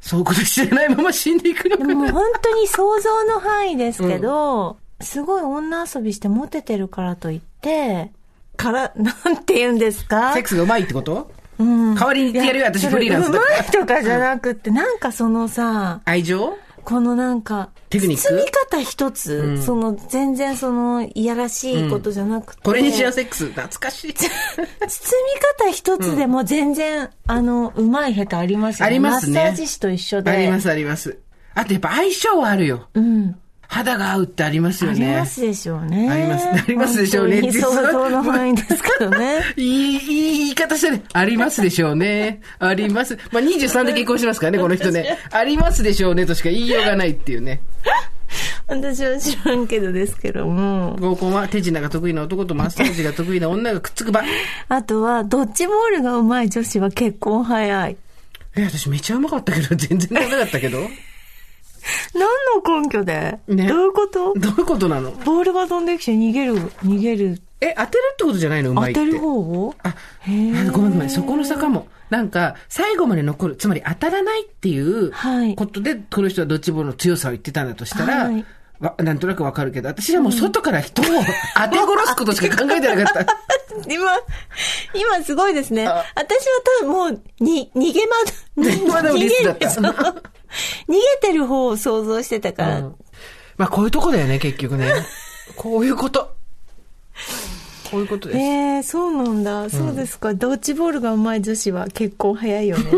C: そういうことしてないまま死んでいくの
B: で
C: か
B: も
C: な。
B: 本当に想像の範囲ですけど、すごい女遊びしてモテてるからといって、から、なんて言うんですか
C: セックスがうまいってこと、代わりに言ってやるよ、私フリーランスだ
B: う
C: か
B: まい
C: ら。
B: とかじゃなくって、なんかそのさ、
C: 愛情
B: このなんか、
C: テクニック
B: 包み方一つ、その全然その、いやらしいことじゃなくて。
C: これにしよう、セックス。懐かしい。
B: 包み方一つでも全然、あの、うまい下手ありますよね。
C: ありますね
B: マッサージ師と一緒で。
C: あります、あります。あとやっぱ相性はあるよ。
B: うん。
C: 肌が合うってありますよ
B: あ
C: ね。
B: りますでしょうね。
C: ありますありますでしょう
B: 本
C: ね
B: 当に
C: 実は
B: 想像の範囲ですけどね。
C: いい、いい言い方してね。ありますでしょうね。あります。まあ、23で結婚してますからね、この人ね。ありますでしょうねとしか言いようがないっていうね。
B: 私は知らんけどですけども。
C: 合コンは手品が得意な男とマッサージが得意な女がくっつく場。
B: あとは、ドッジボールが上手い女子は結婚早い。
C: え、私めちゃうまかったけど、 全然ダメだったけど。
B: 何の根拠で、
C: ね
B: どういうこと
C: どういうことなの
B: ボールが飛んできて逃げる、逃げる、
C: え、当てるってことじゃないのう
B: 当
C: まいって。
B: てる方を
C: あ、あごめんごめん、そこの差かも。なんか、最後まで残る、つまり当たらないっていう
B: はい
C: ことで、この人はドッジボールの強さを言ってたんだとしたら、
B: はい
C: わなんとなくわかるけど、私はもう外から人を 当て殺すことしか考えてなかった。
B: 今、今すごいですね。私
C: あ
B: はただもう、に、逃げま、
C: 逃げ窓リスだった
B: 逃げるそう逃げてる方を想像してたから。
C: まあ、こういうとこだよね、結 局ね。こういうこと。こういうことです。
B: えー、そうなんだ。そうですか。ドッジボールが上手い女子は結婚早いよ ね。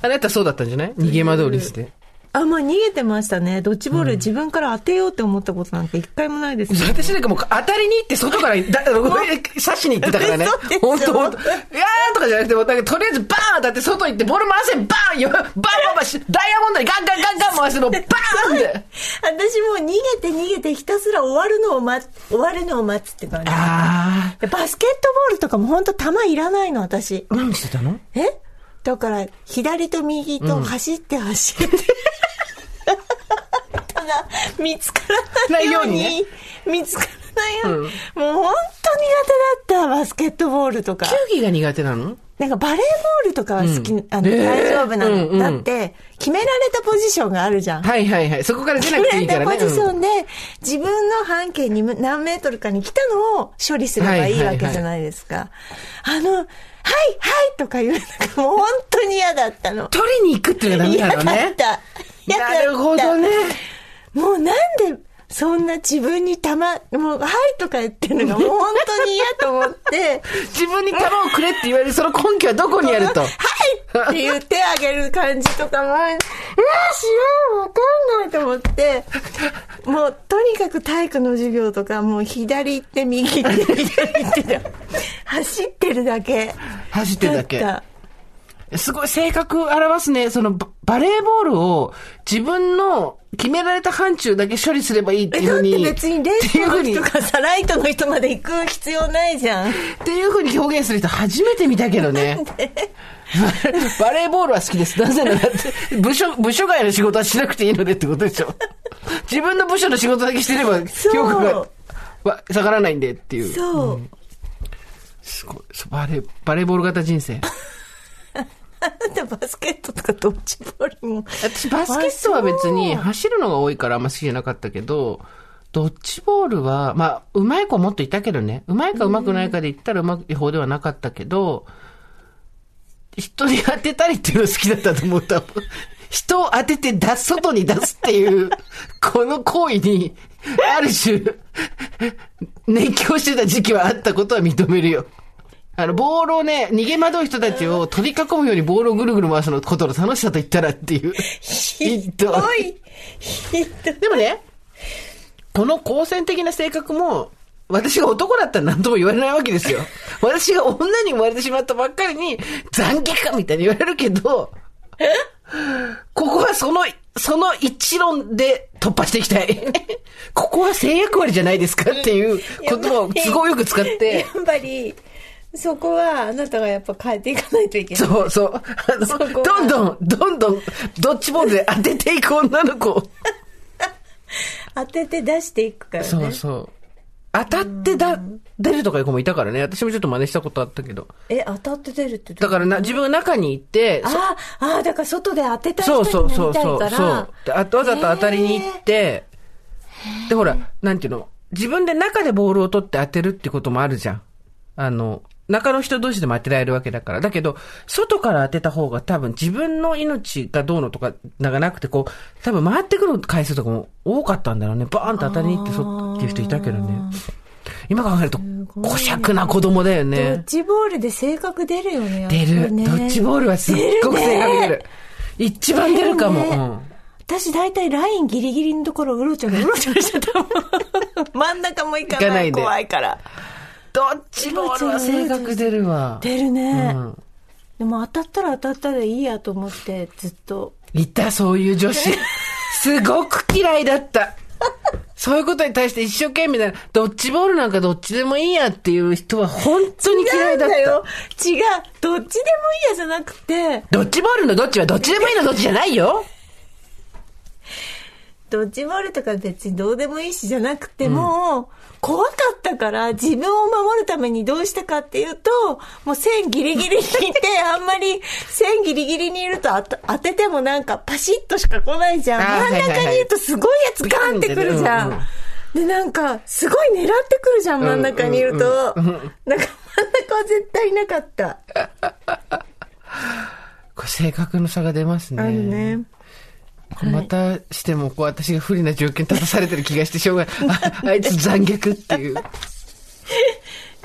C: あなたそうだったんじゃない逃げ窓リスで。
B: あ、まあ逃げてましたね。ドッジボール自分から当てようって思ったことなんて一回もない ですね。
C: 私なんかもう当たりに行って外からだ、刺しに行ってたからね
B: 嘘でし。ょ
C: 本当本当いやーとかじゃなくて、もうなんかとりあえずバーン当たって外行って、ボール回せバーンよバーンバーンバーンダイヤモンドにガンガンガンガン回してもうバーンって。
B: 私もう逃げて逃げてひたすら終わるのを待つ、終わるのを待つって感じ。
C: あ
B: でバスケットボールとかも本当球いらないの、私。
C: ー。何してたの
B: えだから、左と右と走って走 って。ただ、見つからないように、
C: ないよ
B: 見つからないように、もう本当苦手だった、バスケットボールとか。
C: 球技が苦手なの
B: なんかバレーボールとかは好き、あの、
C: えー
B: 大丈夫なの、
C: うんうん
B: だって、決められたポジションがあるじゃん。
C: はいはいはい。そこから出な
B: 決
C: く
B: めら
C: て
B: れ
C: いいか
B: たポ
C: らね。
B: ジショ
C: うん
B: ンで、自分の半径に何メートルかに来たのを処理すればいいわけじゃないですか。あの、はいはいとか言うのがもう本当に嫌だったの。
C: 取りに行くっていうのがダ
B: 嫌
C: メ
B: だ
C: なの
B: っ
C: ね。
B: た。嫌だった。
C: なるほどね。
B: もうなんで、そんな自分にたま、もう、はいとか言ってるのがもう本当に嫌と思って、
C: 自分に球をくれって言われるその根拠はどこにあると。
B: はいって言ってあげる感じとかも、うわ、知らん、わかんないと思って、もう、とにかく体育の授業とか、もう左行って右行って左行ってだ。走ってるだけ。
C: 走ってるだけ
B: だった
C: すごい性格表すね。そのババレーボールを自分の決められた範疇だけ処理すればいいって
B: え、
C: いう
B: だっ
C: ふう
B: て
C: に。
B: 別にレースの人とかさ、ライトの人まで行く必要ないじゃん。
C: っていうふうに表現する人初めて見たけ どね。バレーボールは好きです。なぜならって、部署、部署外の仕事はしなくていいのでってことでしょ。自分の部署の仕事だけしてれば、
B: そう
C: 評価がわ下がらないんでっていう。
B: そう。
C: すごい。そうバレー、バレーボール型 人生。
B: あんたバスケットとかドッジボールも。
C: 私、バスケットは別に
B: あそう
C: 走るのが多いからあんま好きじゃなかったけど、ドッジボールは、まあ、うまい子もっといたけどね、うまいかうまくないかで言ったらうまい方ではなかったけど、人に当てたりっていうの好きだったと思った。 人を当てて出す、外に出すっていう、この行為に、ある種、熱狂してた時期はあったことは認めるよ。あの、ボールをね、逃げ惑う人たちを取り囲むようにボールをぐるぐる回すのことの楽しさと言ったらっ ていう。ひど
B: おい
C: でもね、この好戦的な性格も、私が男だったら何とも言われないわけですよ。私が女に生まれてしまったばっかりに、残虐かみたいに言われるけど、ここはその、その一論で突破していきたい。ここは性役割じゃないですかっていう言葉を都合よく使って
B: や、っぱり、そこはあなたがやっぱ変えていかないといけない。
C: そうそう。あの
B: そこは
C: どんどん、どんどん、ドッジボールで当てていく女の子を。
B: 当てて出していくからね。
C: そうそう。当たってだ、出るとかいう子もいたからね。私もちょっと真似したことあったけど。
B: え、当たって出るってど
C: だ
B: う
C: からな、自分が中に行って、そ
B: ああ、だから外で当てたい
C: そうそ
B: 人
C: う
B: にな
C: そ
B: り
C: う
B: たい
C: そ
B: か
C: うそう
B: ら。。
C: であわざと当たりに行って、で、ほら、なんていうの、自分で中でボールを取って当てるってこともあるじゃん。あの、中の人同士でも当てられるわけだから。だけど、外から当てた方が多分自分の命がどうのとか、なんかなくて、こう、多分回ってくる回数とかも多かったんだろうね。バーンと当たりに行って、そっていう人いたけどね。今考えると、こしゃくな子供だよ
B: ド
C: ね
B: ッ。ジボールで性格出るよね。やっぱ
C: 出る。
B: ね
C: ドッジボールはすっごく性格出る。一番出るかも。うん
B: 私大体ラインギリギリのところうろちょろ、うろちょろしちゃった もん。真ん中も行か
C: 行かな
B: ないい。
C: で
B: 怖いから。
C: どっちも俺は性格出るわ。
B: 出る
C: う
B: ね。
C: ん。
B: でも当たったら当たったでいいやと思って、ずっと。
C: いた、そういう女子。すごく嫌いだった。そういうことに対して一生懸命な、ドッジボールなんかどっちでもいいやっていう人は本当に嫌いだっ
B: 違うんよ
C: た。。
B: 違う。どっちでもいいやじゃなくて、
C: ドッジボールのどっちはどっちでもいいのどっちじゃないよ。
B: ドッジボールとか別にどうでもいいしじゃなくて、もう、怖かったから、自分を守るためにどうしたかっていうと、もう線ギリギリにいて、あんまり線ギリギリにいるとあた当ててもなんかパシッとしか来ないじゃん。
C: あー
B: 真ん
C: はいはい
B: 中
C: はい
B: にいるとすごいやつガンってくるじゃ
C: うんうん
B: ん。で、なんか、すごい狙ってくるじゃん、真ん中にいると。なんか真ん中は絶対いなかった。
C: これ性格の差が出ますね。
B: あるね。
C: これまたしても、こう、私が不利な条件立たされてる気がしてしょうがない。ああいつ残虐って いう。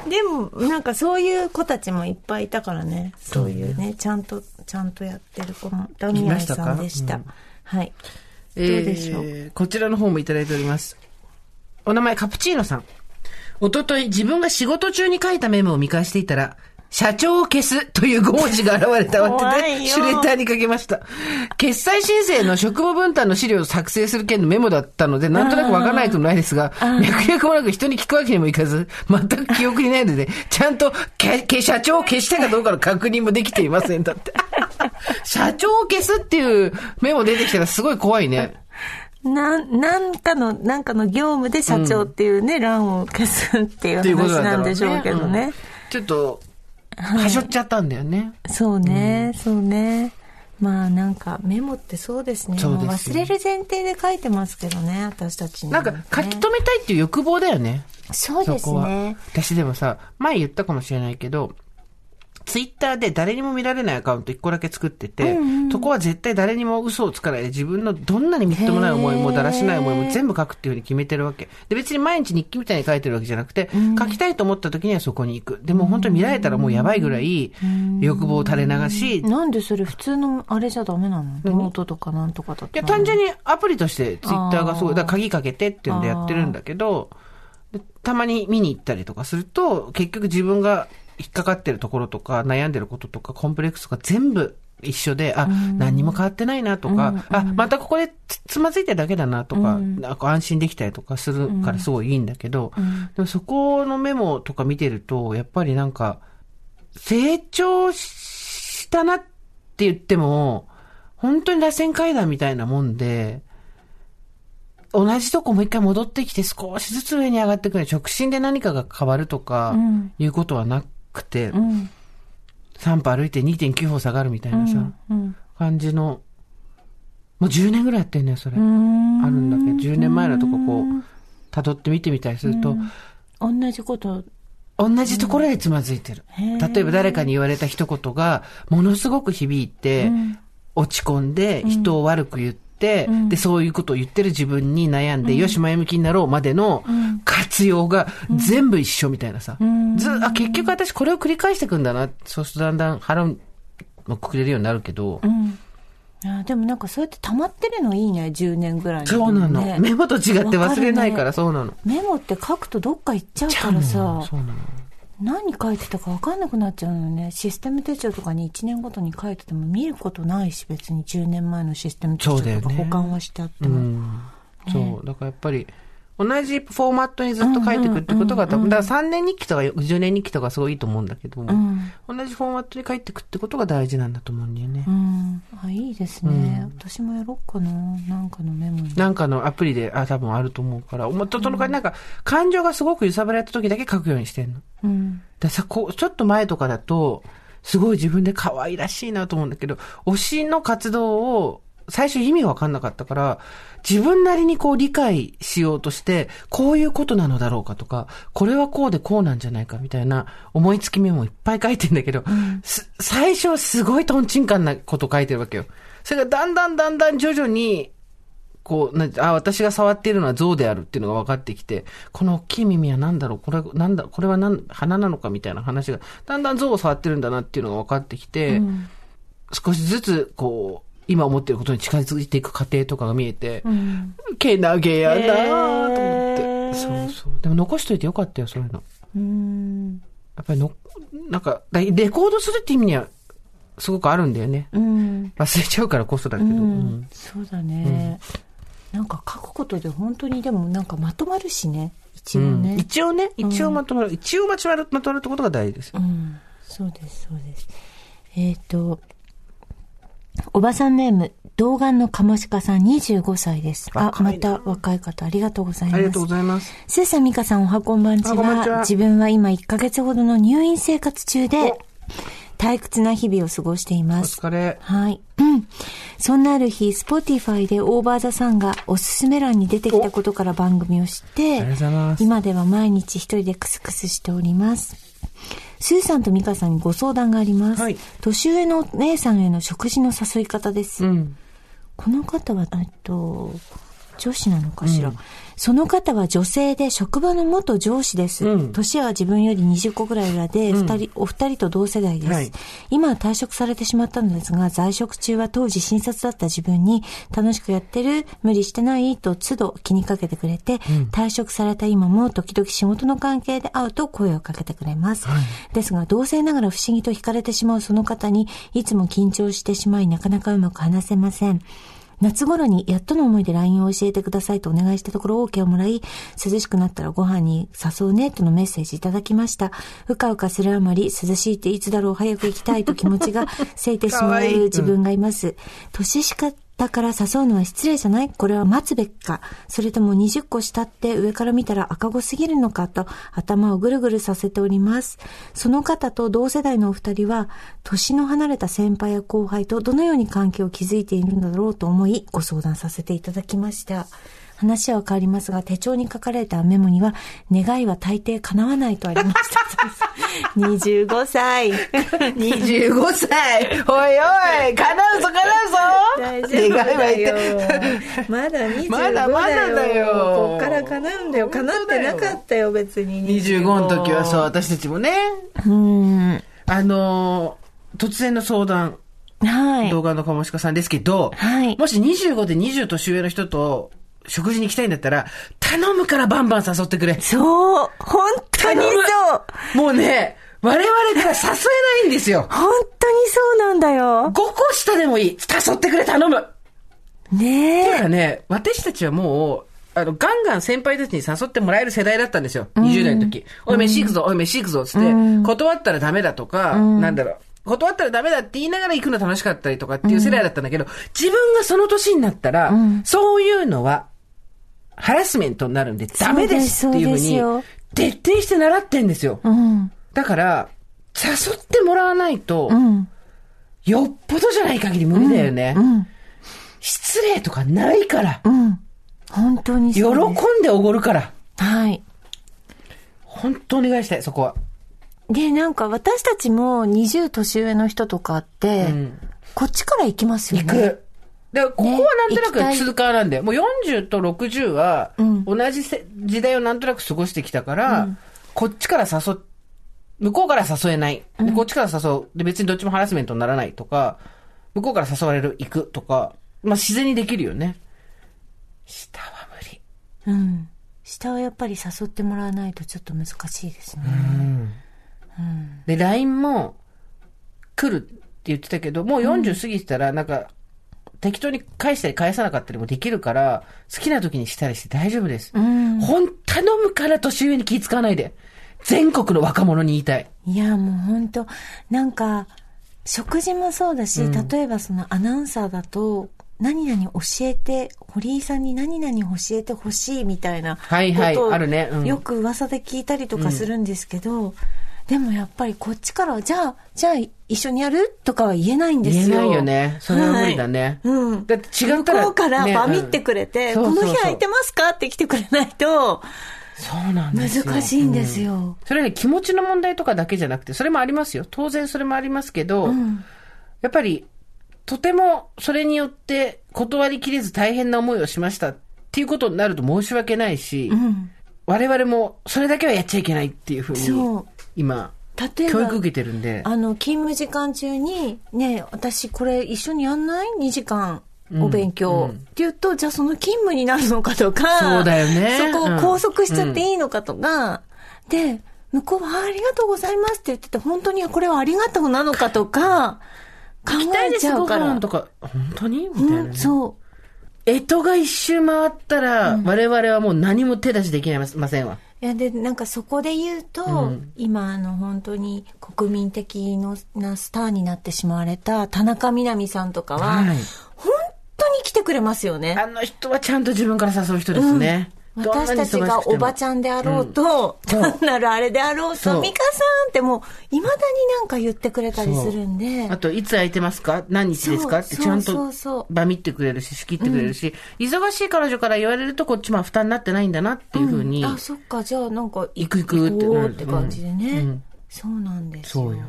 B: でも、なんかそういう子たちもいっぱいいたからね。そういうね、ちゃんと、ちゃんとやってる子も、ダミアンさんでした。
C: い
B: はい。
C: ど
B: うでしょう
C: こちらの方もいただいております。お名前、カプチーノさん。おととい、自分が仕事中に書いたメモを見返していたら、社長を消すという5文字が現れたわけ
B: 怖い
C: で、
B: よ
C: シュレッダーにかけました。決済申請の職務分担の資料を作成する件のメモだったので、なんとなくわからないくもないですが、脈略もなく人に聞くわけにもいかず、全く記憶にないので、ちゃんとけけ社長を消したかどうかの確認もできていません。だって。社長を消すっていうメモ出てきたらすごい怖いね。
B: なん、なんかの、なんかの業務で社長っていうね、欄を消すっていう
C: っていうこと
B: 話
C: だった
B: な
C: ろ
B: ん
C: うね
B: でしょうけどね。
C: ちょっと、はしょっちゃったんだよね。
B: そうね、そうね。まあなんかメモってそうですね。
C: そうですよ
B: もう忘れる前提で書いてますけどね、私たちに
C: な
B: は
C: ん
B: ね、
C: か書き留めたいっていう欲望だよね。
B: そう
C: そ
B: です
C: こは。
B: ね。
C: 私でもさ、前言ったかもしれないけど、ツイッターで誰にも見られないアカウント1個だけ作ってて、そこは絶対誰にも嘘をつかないで自分のどんなにみっともない思いもだらしない思いも全部書くっていうふうに決めてるわけ。で別に毎日日記みたいに書いてるわけじゃなくて、書きたいと思った時にはそこに行く。でも本当に見られたらもうやばいぐらい欲望垂れ流し、
B: なんでそれ普通のあれじゃダメなのノートとかなんとかだと。
C: いや、単純にアプリとしてツイッターがすごい、だから鍵かけてっていうんでやってるんだけど、でたまに見に行ったりとかすると、結局自分が引っかかってるところとか、悩んでることとか、コンプレックスとか全部一緒で、あ、何にも変わってないなとか、あ、またここでつつまずいてるだけだなとか、なんか安心できたりとかするからすごいいいんだけど、でもそこのメモとか見てると、やっぱりなんか、成長したなって言っても、本当に螺旋階段みたいなもんで、同じとこもう一回戻ってきて少しずつ上に上がってくる。直進で何かが変わるとか、いうことはなくて、
B: ん
C: 3歩歩いて2.9歩下がるみたいなさ、
B: うん。
C: 感じの、もう10年ぐらいやってんねそれ。
B: うーん
C: あるんだけど、10年前のとここう、辿って見てみたりすると、
B: 同じこと
C: 同じところでつまずいてる。
B: へー
C: 例えば誰かに言われた一言が、ものすごく響いて、落ち込んで、人を悪く言って、で、そういうことを言ってる自分に悩んで、よし、前向きになろうまでの活用が全部一緒みたいなさ。ずあ、結局私これを繰り返していくんだな。そうするとだんだん腹もくくれるようになるけど、
B: あでもなんかそうやって溜まってるのいいね10年ぐらいに、ね、
C: そうなの。メモと違って忘れないか
B: わ
C: ら、そうなの。
B: るねメモって書くとどっか行っちゃうからさ
C: そうなの。
B: 何書いてたか分かんなくなっちゃうのよねシステム手帳とかに1年ごとに書いてても見ることないし別に10年前のシステム手帳
C: そうだよ
B: とか
C: ね
B: 保管はしてあって
C: う
B: も、
C: んそう。だからやっぱり、同じフォーマットにずっと書いていくってことが多分、だから3年日記とか10年日記とかすごいいいと思うんだけども、同じフォーマットに書いていくってことが大事なんだと思うんだよね。
B: うんあいいですね、私もやろうかななんかのメモに
C: なんかのアプリで、あ、多分あると思うから、もっとそのかなんか、感情がすごく揺さぶられた時だけ書くようにしてんの。だか
B: うん
C: らさ、こう、ちょっと前とかだと、すごい自分で可愛らしいなと思うんだけど、推しの活動を、最初意味がわかんなかったから、自分なりにこう理解しようとして、こういうことなのだろうかとか、これはこうでこうなんじゃないかみたいな思いつきメモいっぱい書いてんだけど、す最初はすごいトンチンカンなこと書いてるわけよ。それがだんだんだんだん徐々に、こう、なあ、私が触っているのは象であるっていうのが分かってきて、この大きい耳は何だろうこれ、なんだ、これはなん鼻なのかみたいな話が、だんだん象を触ってるんだなっていうのが分かってきて、少しずつ、こう、今思ってることに近づいていく過程とかが見えて、けなげやなと思って、
B: へー
C: そうそうでも残しといてよかったよそういうの
B: うん。
C: やっぱりのなんかだレコードするって意味にはすごくあるんだよね
B: うん。
C: 忘れちゃうからこそだけど、うん
B: そうだね。なんか書くことで本当にでもなんかまとまるしね。一応ね。
C: 一応ね一応まとまる、一応まとまるまとまるってことが大事ですよ
B: うん、そうです、そうです。えっ、と、おばさんネーム、童顔のカモシカさん25歳です。あ、
C: 若
B: ま
C: いな
B: た若い方ありがとうござい
C: ありが
B: ま
C: とう
B: す
C: ご。ざいます
B: スーさん、ミカさん、おはこんばんち
C: おはこんばんちは
B: は。自分は今1ヶ月ほどの入院生活中で
C: お、
B: 退屈な日々を過ごしてい
C: お
B: ます。
C: 疲れ
B: はい。うんそんなある日、スポティファイでオーバーザさんがおすすめ欄に出てきたことから番組を知って、
C: ありがとうございます
B: 今では毎日一人でクスクスしております。スーさんとミカさんにご相談があります。
C: はい
B: 年上のお姉さんへの食事の誘い方です。
C: うん
B: この方は、えっと、女子なのかしら、その方は女性で職場の元上司です。
C: うん
B: 年は自分より20個ぐらい裏で、二人、お二人と同世代です、
C: はい
B: 今は退職されてしまったのですが、在職中は当時新卒だった自分に、楽しくやってる、無理してないと都度気にかけてくれて、退職された今も時々仕事の関係で会うと声をかけてくれます。ですが、同性ながら不思議と惹かれてしまうその方に、いつも緊張してしまい、なかなかうまく話せません。夏頃にやっとの思いで LINE を教えてくださいとお願いしたところ OK をもらい、涼しくなったらご飯に誘うねとのメッセージいただきました。うかうかするあまり、涼しいっていつだろう早く行きたいと気持ち がせいてしまう自分がいます。年しかだから誘うのは失礼じゃないこれは待つべきかそれとも20個下って上から見たら赤子すぎるのかと頭をぐるぐるさせております。その方と同世代のお二人は、年の離れた先輩や後輩とどのように関係を築いているんだろうと思い、ご相談させていただきました。話は変わりますが、手帳に書かれたメモには、願いは大抵叶わないとありました。25歳。
C: 25歳 おいおい叶うぞ
D: 大
C: 叶う
D: 丈
C: ぞ
D: 夫 だよ
C: 願いは言って。
D: まだ25だよ。
C: まだまだだよ
D: こっから叶うんだよ。叶ってなかったよ、別に。
C: 25の時はそう、。私たちもね、
B: うん。
C: あのー突然の相談、
B: はい。
C: 動画のかもしかさんですけど、
B: はい
C: もし25で20年上の人と食事に行きたいんだったら、頼むからバンバン誘ってくれ。
B: そう。本当にそう。
C: もうね、我々から誘えないんですよ。
B: 本当にそうなんだ
C: 5
B: よ。
C: 個下でもいい。誘ってくれ、頼む。だか
B: ねえ。
C: らね、私たちはもう、あの、ガンガン先輩たちに誘ってもらえる世代だったんですよ。20代の時。おい、飯行くぞ、おい、飯行くぞ、つって、断ったらダメだとか、なんだろう。断ったらダメだって言いながら行くの楽しかったりとかっていう世代だったんだけど、自分がその年になったら、そういうのは、ハラスメントになるんでダメですっていうふうに
B: そう、
C: 徹底して習ってんですよ。
B: うん。
C: だから、誘ってもらわないと、
B: うん。
C: よっぽどじゃない限り無理だよね。
B: うん。
C: 失礼とかないから。
B: うん。本当に
C: 喜
B: そうです。
C: んでおごるから。
B: はい。
C: 本当お願いしたい、そこは。
B: で、なんか私たちも20年上の人とかって、
C: ん
B: こっちから行きますよ
C: 行
B: ね。
C: く。で、ここはなんと
B: 行
C: な
B: きた
C: く
B: い
C: 通過なんだよ。もう40と60は、同じせ時代をなんとなく過ごしてきたから、こっちから誘っ、向こうから誘えない。で、こっちから誘う。で、別にどっちもハラスメントにならないとか、向こうから誘われる、行くとか、まあ自然にできるよね。下は無理。
B: うん。下はやっぱり誘ってもらわないとちょっと難しいですね。
C: で、LINE も来るって言ってたけど、もう40過ぎてたら、なんか、適当に返したり返さなかったりもできるから、好きな時にしたりして大丈夫です。ほん、頼むから年上に気使わないで。全国の若者に言いたい。
B: いや、もう本当なんか、食事もそうだし、例えばそのアナウンサーだと、何々教えて、堀井さんに何々教えてほしいみたいなことを、
C: はいはいあるねうん
B: よく噂で聞いたりとかするんですけど、でもやっぱりこっちからは、じゃあ、じゃあ一緒にやるとかは言えないんです
C: 言
B: よ。
C: えないよね。それは無理だね。
B: はいうん。
C: だって違ったら、
B: 向こうから
C: ね
B: バミってくれて、
C: うんそうそうそう
B: この日空いてますかって来てくれないと、
C: そうなんですよ。
B: 難しいんですよ。
C: それはね、気持ちの問題とかだけじゃなくて、それもありますよ。当然それもありますけど、やっぱり、とてもそれによって断りきれず大変な思いをしましたっていうことになると申し訳ないし、我々もそれだけはやっちゃいけないっていうふう
B: そ
C: に
B: う、
C: 今、
B: 例えば
C: 教育受けてるんで。
B: あの勤務時間中に「ねえ私これ一緒にやんない ?2 時間お勉強」って言うとじゃあその勤務になるのかとか
C: そうだよね
B: そこを
C: うん
B: 拘束しちゃっていいのかとか、で向こうはあ「ありがとうございます」って言ってて本当にこれはありがとうなのかとか考
C: 期待
B: え
C: で
B: ち
C: す
B: ゃう
C: ご
B: から。
C: 飯とか、本当にみたいな、
B: う
C: ね
B: ん、そう
C: えとが一周回ったら、我々はもう何も手出しできませんわ。
B: いやでなんかそこで言うと、今あの本当に国民的のなスターになってしまわれた田中みな実さんとかは、
C: はい
B: 本当に来てくれますよね
C: あの人はちゃんと自分から誘う人ですね。どんなに
B: 私たち
C: 忙し
B: が
C: くても
B: おばちゃんであろうと、
C: うんそう
B: 単なるあれであろう
C: そ
B: と
C: う
B: 美香さんってもういまだになんか言ってくれたりするんで
C: あと、いつ空いてますか何日ですかっ
B: そ
C: て
B: う
C: ちゃん
B: そう
C: と
B: そうそう
C: 場見ってくれるし、仕切ってくれるし、忙しい彼女から言われるとこっちも負担になってないんだなっていうふうに、
B: あそっかじゃあなんか
C: 行く行くって
B: 行こ
C: な
B: う
C: る
B: って感じでね、
C: うんうん
B: そうなんですよ
C: そうよ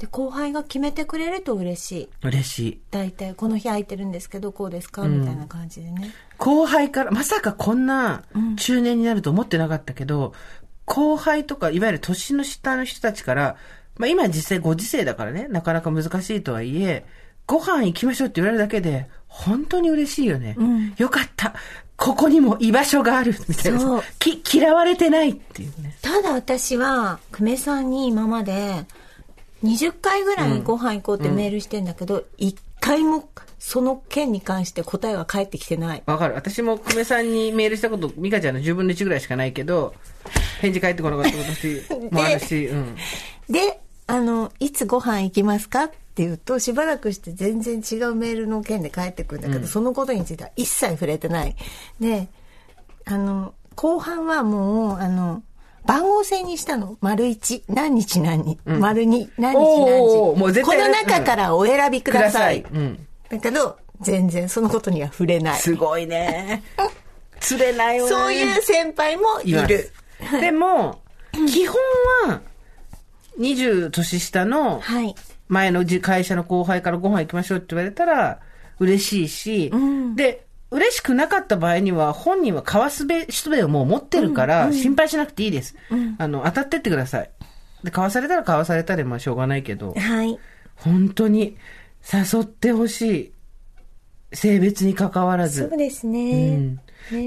B: で後輩が決めてくれると嬉しい
C: 嬉しい。
B: 大体この日空いてるんですけどこうですか、みたいな感じでね
C: 後輩から、まさかこんな中年になると思ってなかったけど、後輩とか、いわゆる年の下の人たちから、まあ今実際ご時世だからね、なかなか難しいとはいえ、ご飯行きましょうって言われるだけで、本当に嬉しいよね。よかった。ここにも居場所がある。みた
B: そ
C: いな
B: う。
C: き、嫌われてないっていうね。
B: ただ私は久米さんに今まで20回ぐらいご飯行こうってメールしてんだけど、一1回もその件に関して答えは返ってきてない
C: わかる。私も久米さんにメールしたこと、美香ちゃんの10分の1ぐらいしかないけど、返事返ってこなかったこと しもあるし、うん。
B: であのいつご飯行きますかって言うとしばらくして全然違うメールの件で返ってくるんだけど、そのことについては一切触れてないであの後半はもうあの番号制にしたの丸1何日何日、丸2何日何日
C: おーおーもう絶
B: こ
C: 対
B: の中からお選びください
C: くださいうん
B: だけど全然そのことには触れない
C: すごいね。釣れないよね。
B: そういう先輩もい
C: います
B: る。
C: でも、基本は、20年下の
B: はい
C: 前のじ会社の後輩からご飯行きましょうって言われたら、嬉しいし、で、嬉しくなかった場合には、本人はかわすべ、術をもう持ってるから、心配しなくていいです。あの、当たってってください。で、かわされたらかわされたで、まあしょうがないけど、
B: はい
C: 本当に誘ってほしい。性別に関わらず。
B: そうですね、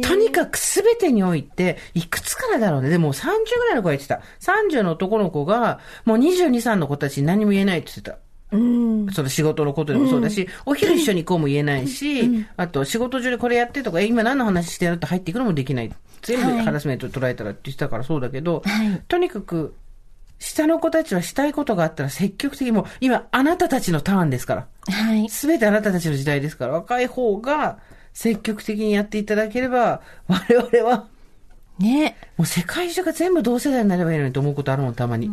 C: とにかく全てにおいて、いくつからだろうね。でも30ぐらいの子が言ってた。30の男の子が、もう22、3の子たちに何も言えないって言ってた。その仕事のことでもそうだし、お昼一緒に行こうも言えないし、あと仕事中でこれやってとか、え今何の話してやるって入っていくのもできない。全部ハラスメント捉えたらって言ってたからそうだけど、とにかく、下の子たちはしたいことがあったら積極的にもう、今あなたたちのターンですから。
B: はい
C: すべてあなたたちの時代ですから、若い方が積極的にやっていただければ、我々は、
B: ね
C: もう世界中が全部同世代になればいいのにと思うことあるもん、たまに。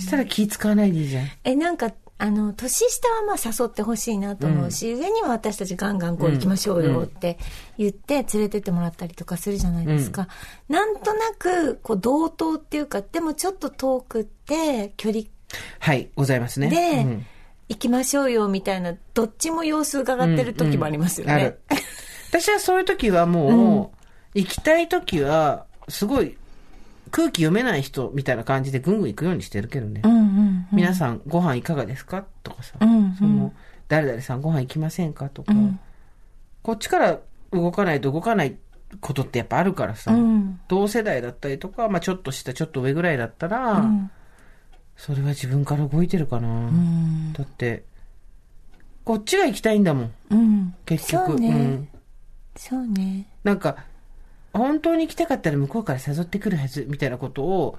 C: したら気使わないでいいじゃん。
B: えなんかあの年下はまあ誘ってほしいなと思うし、上には私たちガンガンこう行きましょうよって言って連れてってもらったりとかするじゃないですか、なんとなくこう同等っていうかでもちょっと遠くって距離
C: はい、ございますね。
B: で、
C: うん
B: 行きましょうよみたいなどっちも様子伺ってる時もありますよね、
C: うんうんある私はそういう時はもう、行きたい時は、すごい、空気読めない人みたいな感じでぐんぐん行くようにしてるけどね。皆さんご飯いかがですかとかさ、その、誰々さんご飯行きませんかとか、こっちから動かないと動かないことってやっぱあるからさ、同世代だったりとか、まあちょっとしたちょっと上ぐらいだったら、それは自分から動いてるかな。だって、こっちが行きたいんだもん、結局。
B: そうね
C: ん
B: そうね
C: なんか、本当に行きたかったら向こうから誘ってくるはずみたいなことを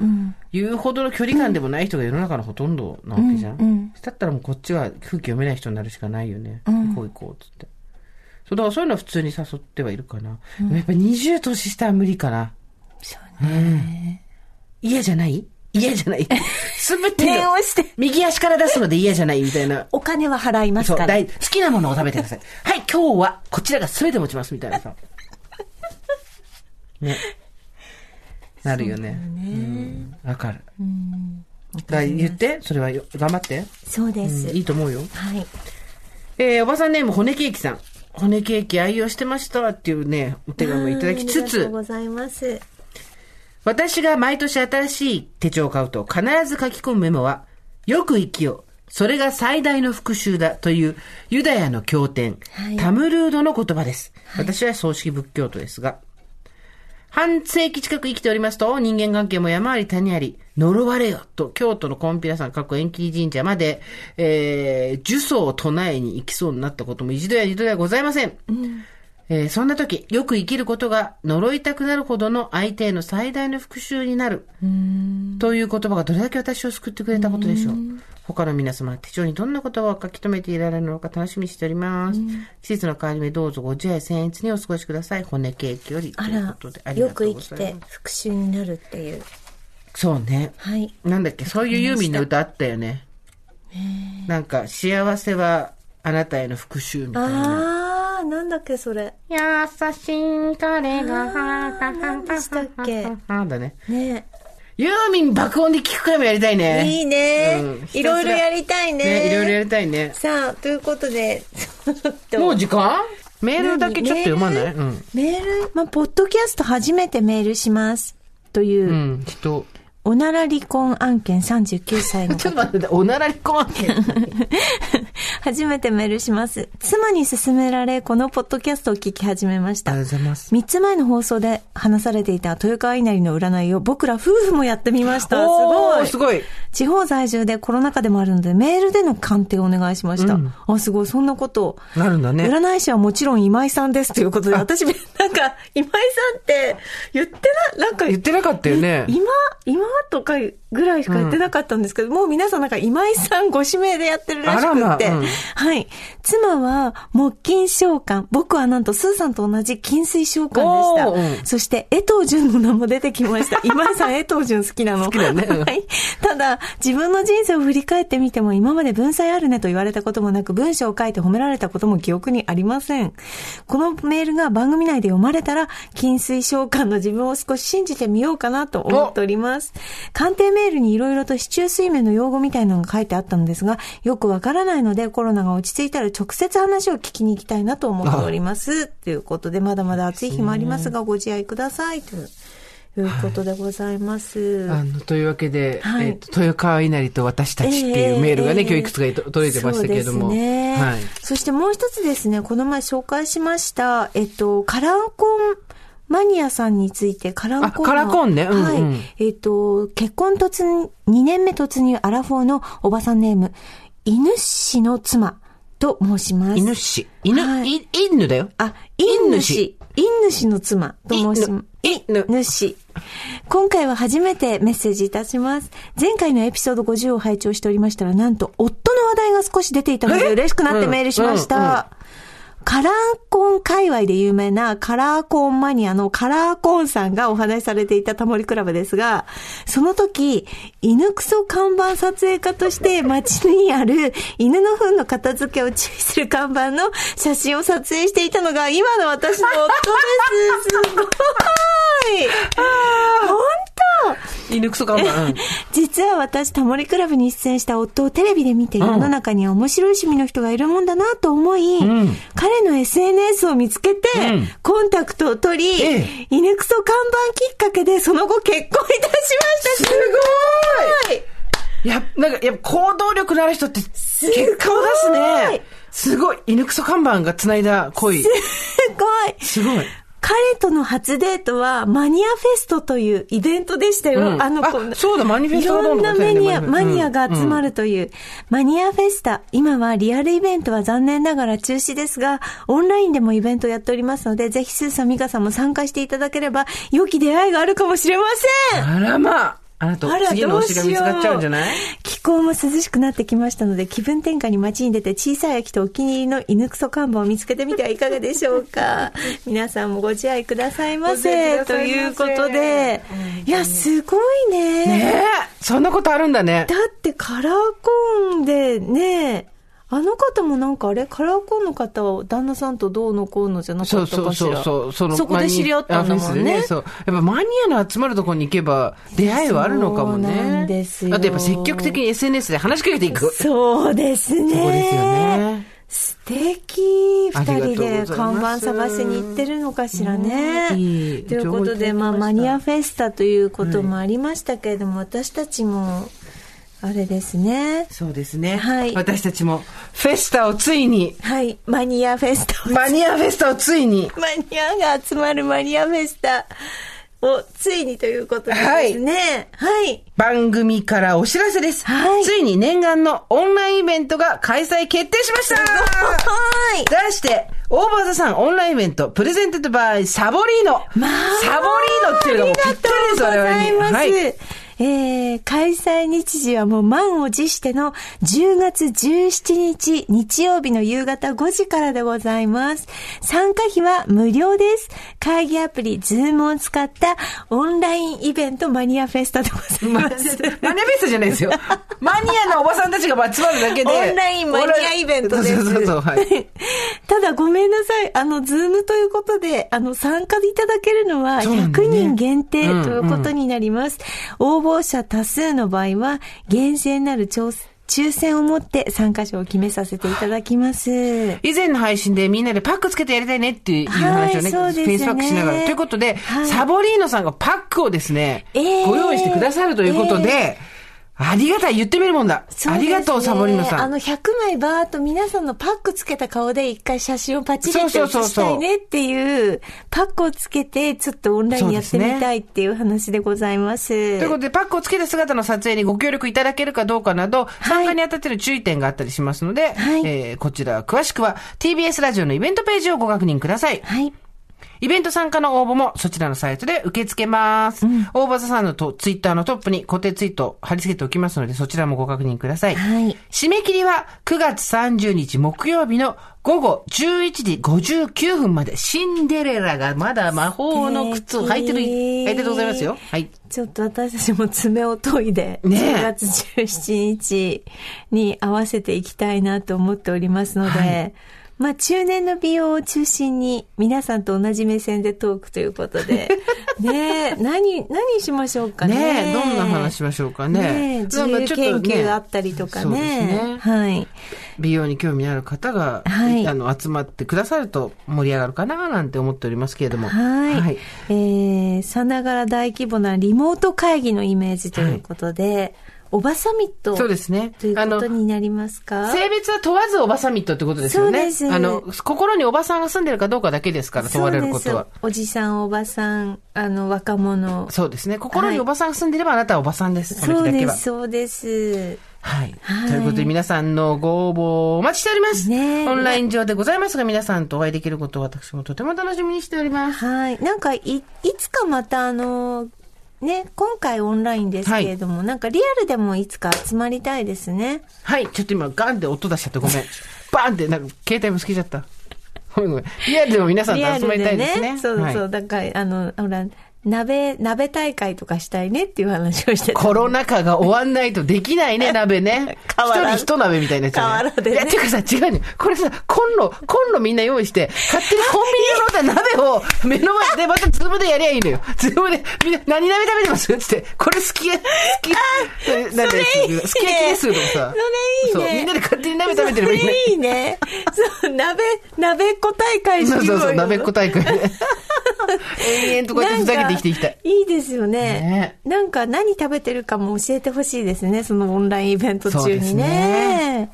C: 言うほどの距離感でもない人が世の中のほとんどなわけじゃん。だったらもうこっちは空気読めない人になるしかないよね。行こう行こうっつって。そうだからそういうのは普通に誘ってはいるかな。でもやっぱ20年下は無理かな。
B: そうね
C: 嫌じゃない嫌じゃ ない。すべて
B: 念
C: の
B: をして
C: 右足から出すので嫌じゃないみたいな。
B: お金は払います
C: そう、
B: から
C: 大好きなものを食べてください。 はい、今日はこちらが全て持ちますみたいなさ。 ね。なるよね。うんわかる。だから言って、それはよ頑張って。
B: そうです、
C: いいと思うよ。
B: はい
C: えー、おばさんネーム、骨ケーキさん。骨ケーキ愛用してましたっていうね、お手紙をいただきつ
B: ありが
C: つ
B: とう、ございます
C: 私が毎年新しい手帳を買うと必ず書き込むメモは、よく生きよ。それが最大の復讐だというユダヤの経典、
B: はい
C: タムルードの言葉です。私は葬式仏教徒ですが、半世紀近く生きておりますと、人間関係も山あり谷あり、呪われよと、京都のコンピラさん、過去延期神社まで、えー、呪詛を唱えに行きそうになったことも一度や二度ではございません。えーそんな時、よく生きることが呪いたくなるほどの相手への最大の復讐になる。という言葉がどれだけ私を救ってくれたことでしょう。他の皆様、手帳にどんな言葉を書き留めていられるのか楽しみにしております。季節の変わり目、どうぞご自愛僭越にお過ごしください。骨ケーキよりと
B: あ
C: いうこ
B: ら
C: とで、あ、り
B: よ
C: がと
B: く
C: う
B: 生
C: ご
B: き
C: ざい
B: て
C: ます。
B: 復讐になるっていう。
C: そうね。
B: はい。
C: なんだっけ、そういうユーミンの歌あったよね。なんか、幸せはあなたへの復讐みたいな。
D: あー、なんだっけ、それ。
C: 優しい彼が、
D: 何でしたっけ
C: なんだね。
B: ね
C: ユーミン爆音で聞く回もやりたいね。
D: いいね
C: うん。
D: いろいろやりたい
C: ね、いろいろや
D: ね。
C: りたいね。
D: さあ、ということで、ちょっと
C: もう時間メールだけちょっと読まないうん。
B: メールまあ、ポッドキャスト初めてメールします。という、
C: うん、人。
B: おなら離婚案件39歳の
C: ちょっと待って、おなら離婚案件。
B: 初めてメールします。妻に勧められ、このポッドキャストを聞き始めました。
C: ざいます。
B: 3つ前の放送で話されていた豊川稲荷の占いを僕ら夫婦もやってみました。す
C: お
B: ご
C: ー
B: い
C: すごい。
B: 地方在住でコロナ禍でもあるので、メールでの鑑定をお願いしました。
C: うん
B: あ、すごい、そんなことを。
C: なるんだね
B: 占い師はもちろん今井さんですということ で、私、なんか、今井さんって言ってな、なんか
C: 言ってなかったよね。
B: 今、今とかぐらいしかやってなかったんですけど、もう皆さんなんか今井さんご指名でやってるらしくって。
C: あらまうん
B: はい。妻は木金召喚。僕はなんとスーさんと同じ金水召
C: お
B: 喚で
C: ー
B: し
C: うん
B: た。そして江藤淳の名も出てきま した。今井さん江藤淳好きなの。好
C: きだよねうん
B: はい。ただ、自分の人生を振り返ってみても、今まで文才あるねと言われたこともなく、文章を書いて褒められたことも記憶にありません。このメールが番組内で読まれたら、金水召喚の自分を少し信じてみようかなと思っております。鑑定メールに色々と市中水面の用語みたいなのが書いてあったのですが、よくわからないので、コロナが落ち着いたら直接話を聞きに行きたいなと思っております。ということで、まだまだ暑い日もありますが、ご自愛ください。ということでございます。
C: あの、というわけで、
B: はい
C: えっと、豊川稲荷と私たちっていうメールが
B: え
C: ね、
B: え
C: 今日いくつか届いてましたけれども。
B: そうですね。
C: はい。
B: そしてもう一つですね、この前紹介しました、えっと、カランコンマニアさんについて、カランコンの。
C: あカラコンねうん
B: はい。
C: うん
B: えっと、結婚突入、2年目突入アラフォーのおばさんネーム、犬氏の妻と申します。
C: 犬氏。犬、
B: はい
C: い犬だよ。
B: あ、犬主。犬主の妻と申します。
C: 犬
B: 主。今回は初めてメッセージいたします。前回のエピソード50を拝聴しておりましたら、なんと夫の話題が少し出ていたので嬉しくなってメールしました。
C: うんうん
B: カラーコン界隈で有名なカラーコンマニアのカラーコンさんがお話しされていたタモリクラブですが、その時、犬クソ看板撮影家として街にある 犬の糞の片付けを注意する看板の写真を撮影していたのが今の私の夫です。すごい本当
C: 犬クソ看板。うん
B: 実は私、タモリクラブに出演した夫をテレビで見て、世の中には面白い趣味の人がいるもんだなと思い、彼の SNS を見つけて、
C: うん
B: コンタクトを取り、
C: え
B: 犬クソ看板きっかけで、その後結婚いたしました。すごい
C: いや、なんか、やっぱ行動力のある人って、結果を出すね。すごい。犬クソ看板が繋いだ恋。
B: すごい
C: すごい。
B: 彼との初デートはマニアフェストというイベントでしたよ。
C: うん
B: あの、
C: あ
B: こんな
C: そうだマニフェスト
B: い
C: がど
B: ろ
C: うんの
B: な
C: こうだ
B: メ
C: よね
B: ニア、
C: マ
B: マ
C: ニフェ
B: ニアが集まるという、マニアフェスタ。今はリアルイベントは残念ながら中止ですが、オンラインでもイベントをやっておりますので、ぜひスーさん、ミカさんも参加していただければ、良き出会いがあるかもしれません
C: あらまあ。あな
B: あ
C: た、
B: ら
C: 次の推しが見つかっちゃうんじゃない
B: 気候も涼しくなってきましたので、気分転換に街に出て小さい秋とお気に入りの犬クソ看板を見つけてみてはいかがでしょう か。皆さんもご自愛くださいませ。ということで、いや、すごいね。
C: ええそんなことあるんだね
B: だ。ってカラーコーンでね、あの方もなんかあれカラーコーンの方は旦那さんとどうのこうのじゃな
C: そ
B: か
C: う
B: った
C: そ
B: か
C: う
B: し
C: そう
B: ら。
C: そう。その
B: こで知り合ったんだもん
C: マニアあフェ
B: ね
C: スで。そう。やっぱマニアの集まるところに行けば、出会いはあるのかもね。
B: そうなんですよ
C: あとやっぱ積極的に SNS で話しかけていく。
B: そうですね。
C: そこですよね。
B: 素敵
C: あ
B: 二
C: りがとう
B: 人
C: ござい
B: で
C: ます
B: 看板探しに行ってるのかしらね。
C: うんいい
B: ということで、
C: 情報いただきました
B: まあ、マニアフェスタということもありましたけれども、私たちもあれですね。
C: そうですね。
B: はい
C: 私たちも、フェスタをついに、
B: はい。マニアフェスタを。
C: マニアフェスタをついに、
B: マニアが集まるマニアフェスタをついにということなんですね。はい。
C: 番組からお知らせです。
B: はい
C: ついに念願のオンラインイベントが開催決定しました
B: はい。
C: 題して、オーバーザさんオンラインイベント、プレゼンテッドバイサボリーノ。
B: まあ
C: サボリーノっていうのがもうぴったりです、
B: あり
C: 我
B: がとうご
C: 々
B: ざい
C: に。
B: ます。
C: はい。
B: えー、開催日時はもう満を持しての10月17日日曜日の夕方5時からでございます。参加費は無料です。会議アプリズームを使ったオンラインイベントマニアフェスタでござい
C: マニ
B: ま
C: アフェ
B: す。
C: スタじゃないですよ。マニアのおばさんたちが集まるだけで。
B: オンラインマニアイベントです
C: そうそうそうそう、はい。
B: ただごめんなさい。あの、ズームということで、あの、参加いただけるのは
C: そうなんだ
B: 100
C: ね
B: 人限定ということになります。応募者多数の場合は、厳正なる調抽選をもって参加者を決めさせていただきます。
C: 以前の配信でみんなでパックつけてやりたいねっていう話をね、
B: はいそうですね
C: フェイスパックしながら。ということで、
B: はい
C: サボリーノさんがパックをですね、
B: えー
C: ご用意してくださるということで、ありがたい、言ってみるもんだ。
B: そう
C: あ
B: です
C: り
B: ね
C: がとう、サボリーノさ
B: あの、
C: ん。
B: 100枚バーっと皆さんのパックつけた顔で一回写真をパチリと
C: そうそう
B: 写
C: そうそう
B: したいねっていう、パックをつけて、ちょっとオンラインやってみたいっていう話でございます。
C: ということで、パックをつけた姿の撮影にご協力いただけるかどうかなど、参加にあたってる注意点があったりしますので、
B: はい
C: えーこちら詳しくは TBS ラジオのイベントページをご確認ください。
B: はい。
C: イベント参加の応募もそちらのサイトで受け付けます。大場さんのとツイッターのトップに固定ツイートを貼り付けておきますので、そちらもご確認ください。
B: はい
C: 締め切りは9月30日木曜日の午後11時59分まで、シンデレラがまだ魔法の靴を履いてる、
B: 素敵
C: 履いてるでございますよ。はい。
B: ちょっと私たちも爪を研いで、
C: ねえ
B: 10月17日に合わせていきたいなと思っておりますので、
C: はい
B: まあ中年の美容を中心に皆さんと同じ目線でトークということ で、ねえ、何、何しましょうかね。
C: ねえ、どんな話しましょうかね。
B: ねえ自
C: なん
B: 由
C: かちょ
B: 研
C: っとね
B: 究があったりとか
C: そうです
B: ね。はい。
C: 美容に興味のある方が、
B: はい
C: あの集まってくださると盛り上がるかななんて思っておりますけれども。
B: はい。えー、さながら大規模なリモート会議のイメージということで、おばサミット。
C: そうですね
B: という
C: あ
B: こ
C: の
B: とになりますか
C: 性別は問わずおばサミットってことですよね。
B: そうです
C: あの、心におばさんが住んでるかどうかだけですから、問われることは
B: そう。ですおじさん、おばさん、あの、若者。
C: そうですね。心におばさんが住んでれば、あなたはおばさんです。この
B: そう
C: 日だけ
B: で
C: は
B: す、。そうです。
C: はい
B: は。い
C: ということで、皆さんのご応募をお待ちしております。
B: ねえ
C: オンライン上でございますが、皆さんとお会いできることを私もとても楽しみにしております。
B: はい。なんか、い、いつかまたあの、ね、今回オンラインですけれども、なんかリアルでもいつか集まりたいですね。
C: はい。ちょっと今、ガンって音出しちゃってごめん。バンって、なんか、携帯もつけちゃった。ごめんごめん。リアルでも皆さんと
B: リア
C: 集ま
B: ル
C: りた
B: で
C: いですね。
B: そうそう。
C: はい
B: だから、あの、ほら、鍋、鍋大会とかしたいねっていう話をしてた
C: コロナ禍が終わんないとでき ないね、鍋ね。
B: 変
C: 一
B: わら
C: 人
B: ず
C: 一鍋みたいなやつ、ね。
B: 変わらずね
C: いや、ていうかさ、違うね。これさ、コンロ、コンロみんな用意して、勝手にコンビニのロータ鍋を目の前でまたズームでやりゃいいのよ。ズームで、みんな、何鍋食べてますつって、これ好きや、好き、ななんだよ
B: それいいね
C: 好き焼きですとかさ。
B: それいいね
C: そう、みんなで勝手に鍋食べてればいい
B: そ
C: ね
B: れ。いいね。そう、鍋、鍋っこ大会しよ
C: そう
B: よ
C: そうそう、鍋っこ大会ね。延々とこうやってふざけて生きていきたい。
B: いいですよね
C: ね
B: なんか何食べてるかも教えてほしいですね。そのオンラインイベント
C: そう
B: 中
C: です
B: にね。
C: ね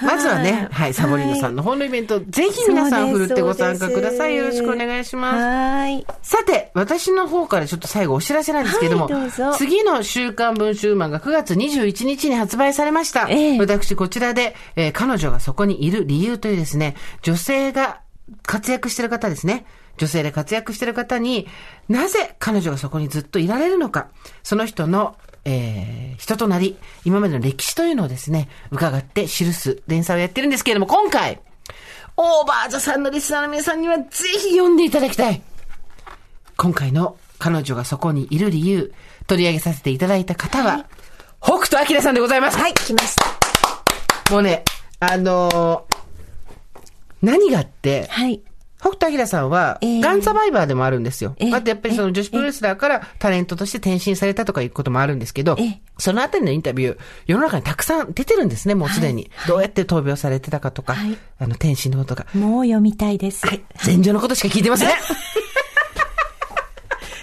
C: まずはね、はい、サボリーノさん
B: の。
C: の本のイベント、ぜひ皆さん、ふ
B: そう
C: る
B: です
C: ってご参加ください。よ
B: そう
C: ろ
B: です
C: しくお願いします。
B: はい。
C: さて、私の方からちょっと最後お知らせなんですけれども、
B: はいどうぞ
C: 次の週刊文集マンが9月21日に発売されました。
B: ええ
C: 私こちらで、えー彼女がそこにいる理由というですね、女性が活躍してる方ですね。女性で活躍してる方に、なぜ彼女がそこにずっといられるのか、その人の、えー人となり、今までの歴史というのをですね、伺って記す連載をやってるんですけれども、今回、オーバーザさんのリスナーの皆さんにはぜひ読んでいただきたい。今回の彼女がそこにいる理由、取り上げさせていただいた方は、北斗晶さんでございます。
B: はい、来ました。
C: もうね、あのー何があって、
B: はい。
C: 北斗晶さんは、
B: ええ
C: ガンサバイバーでもあるんですよ。
B: ええ
C: あとやっぱりその女子プロレスラーからタレントとして転身されたとかいうこともあるんですけど
B: ええ、
C: そのあたりのインタビュー、世の中にたくさん出てるんですね、もうすでに。どうやって闘病されてたかとか、
B: はい
C: あの、転身のことか。
B: もう読みたいです。
C: はい。前女のことしか聞いてません。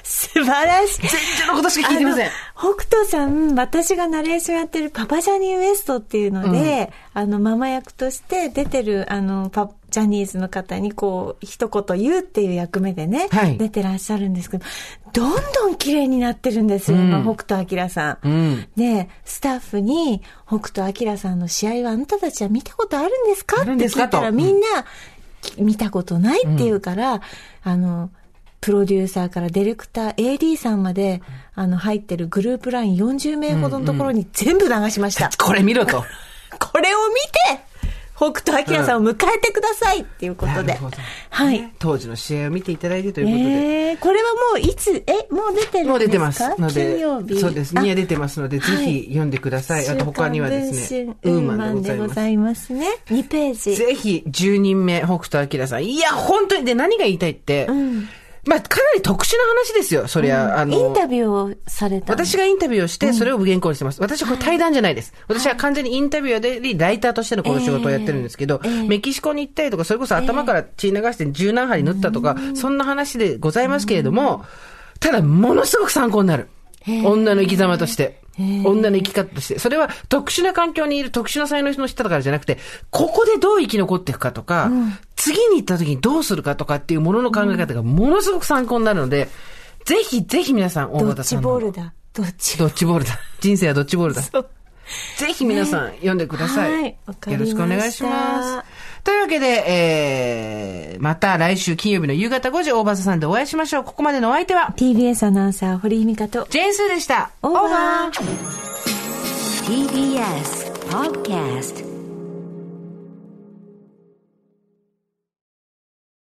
B: す素晴らしい。
C: 全然のことしか聞いてません。
B: あの北斗さん、私がナレーションやってるパパジャニーウエストっていうので、あの、ママ役として出てる、あの、パ、ジャニーズの方にこう、一言言うっていう役目でね、
C: はい
B: 出てらっしゃるんですけど、どんどん綺麗になってるんですよ、今北斗晶さん。
C: ん
B: で、スタッフに、北斗晶さんの試合はあなたたちは見たことあるんですか
C: あるんですか
B: って聞いたら
C: と
B: みんな、き見たことないっていうから、あの、プロデューサーからディレクター AD さんまで、あの、入ってるグループライン40名ほどのところに全部流しました。
C: これ見ろと。
B: これを見て、北斗晶さんを迎えてくださいっていうこと
C: な
B: で。
C: るほど
B: はい。
C: 当時の試合を見ていただいてということで。
B: えー、これはもういつ、え、もう出てるんですか
C: もう出てますので
B: 金曜日。
C: そうです。
B: あ
C: には出てますので、ぜひ読んでください。あと他にはですね、
B: 週
C: ウー
B: 刊文
C: マ
B: 春ウーマ
C: ン
B: ン
C: で
B: で
C: ご
B: ご
C: ざいます。
B: ざいますね。2ページ。
C: ぜひ、10人目、北斗晶さん。いや、本当に、で、何が言いたいって、まあ、かなり特殊な話ですよ、そりゃ、あの。
B: インタビューをされたんです
C: 私がインタビューをして、それを原稿にしてます。私はこれ対談じゃないです。私は完全にインタビューで、ライターとしてのこの仕事をやってるんですけど、メキシコに行ったりとか、それこそ頭から血流して十何針縫ったとか、そんな話でございますけれども、ただ、ものすごく参考になる。女の生き様として。女の生き方として。それは特殊な環境にいる特殊な才能の人だからじゃなくて、ここでどう生き残っていくかとか、次に行った時にどうするかとかっていうものの考え方がものすごく参考になるので、ぜひぜひ皆さん、大
B: ド
C: 和
B: ッ
C: さ
B: ジ
C: んの
B: ボールだ。ドッジ
C: ドッジボ ールだ。人生はドッジボールだ。
B: ボール。
C: ぜひ皆さん読んでください。
B: はいわかり
C: よ
B: ま
C: ろ
B: し
C: したくお願いします。というわけで、えー、また来週金曜日の夕方5時、大場さんでお会いしましょう。ここまでのお相手は、
B: TBS アナウンサー、堀井美香と、
C: ジェーンスーでした。
B: オーバー
E: TBS Podcast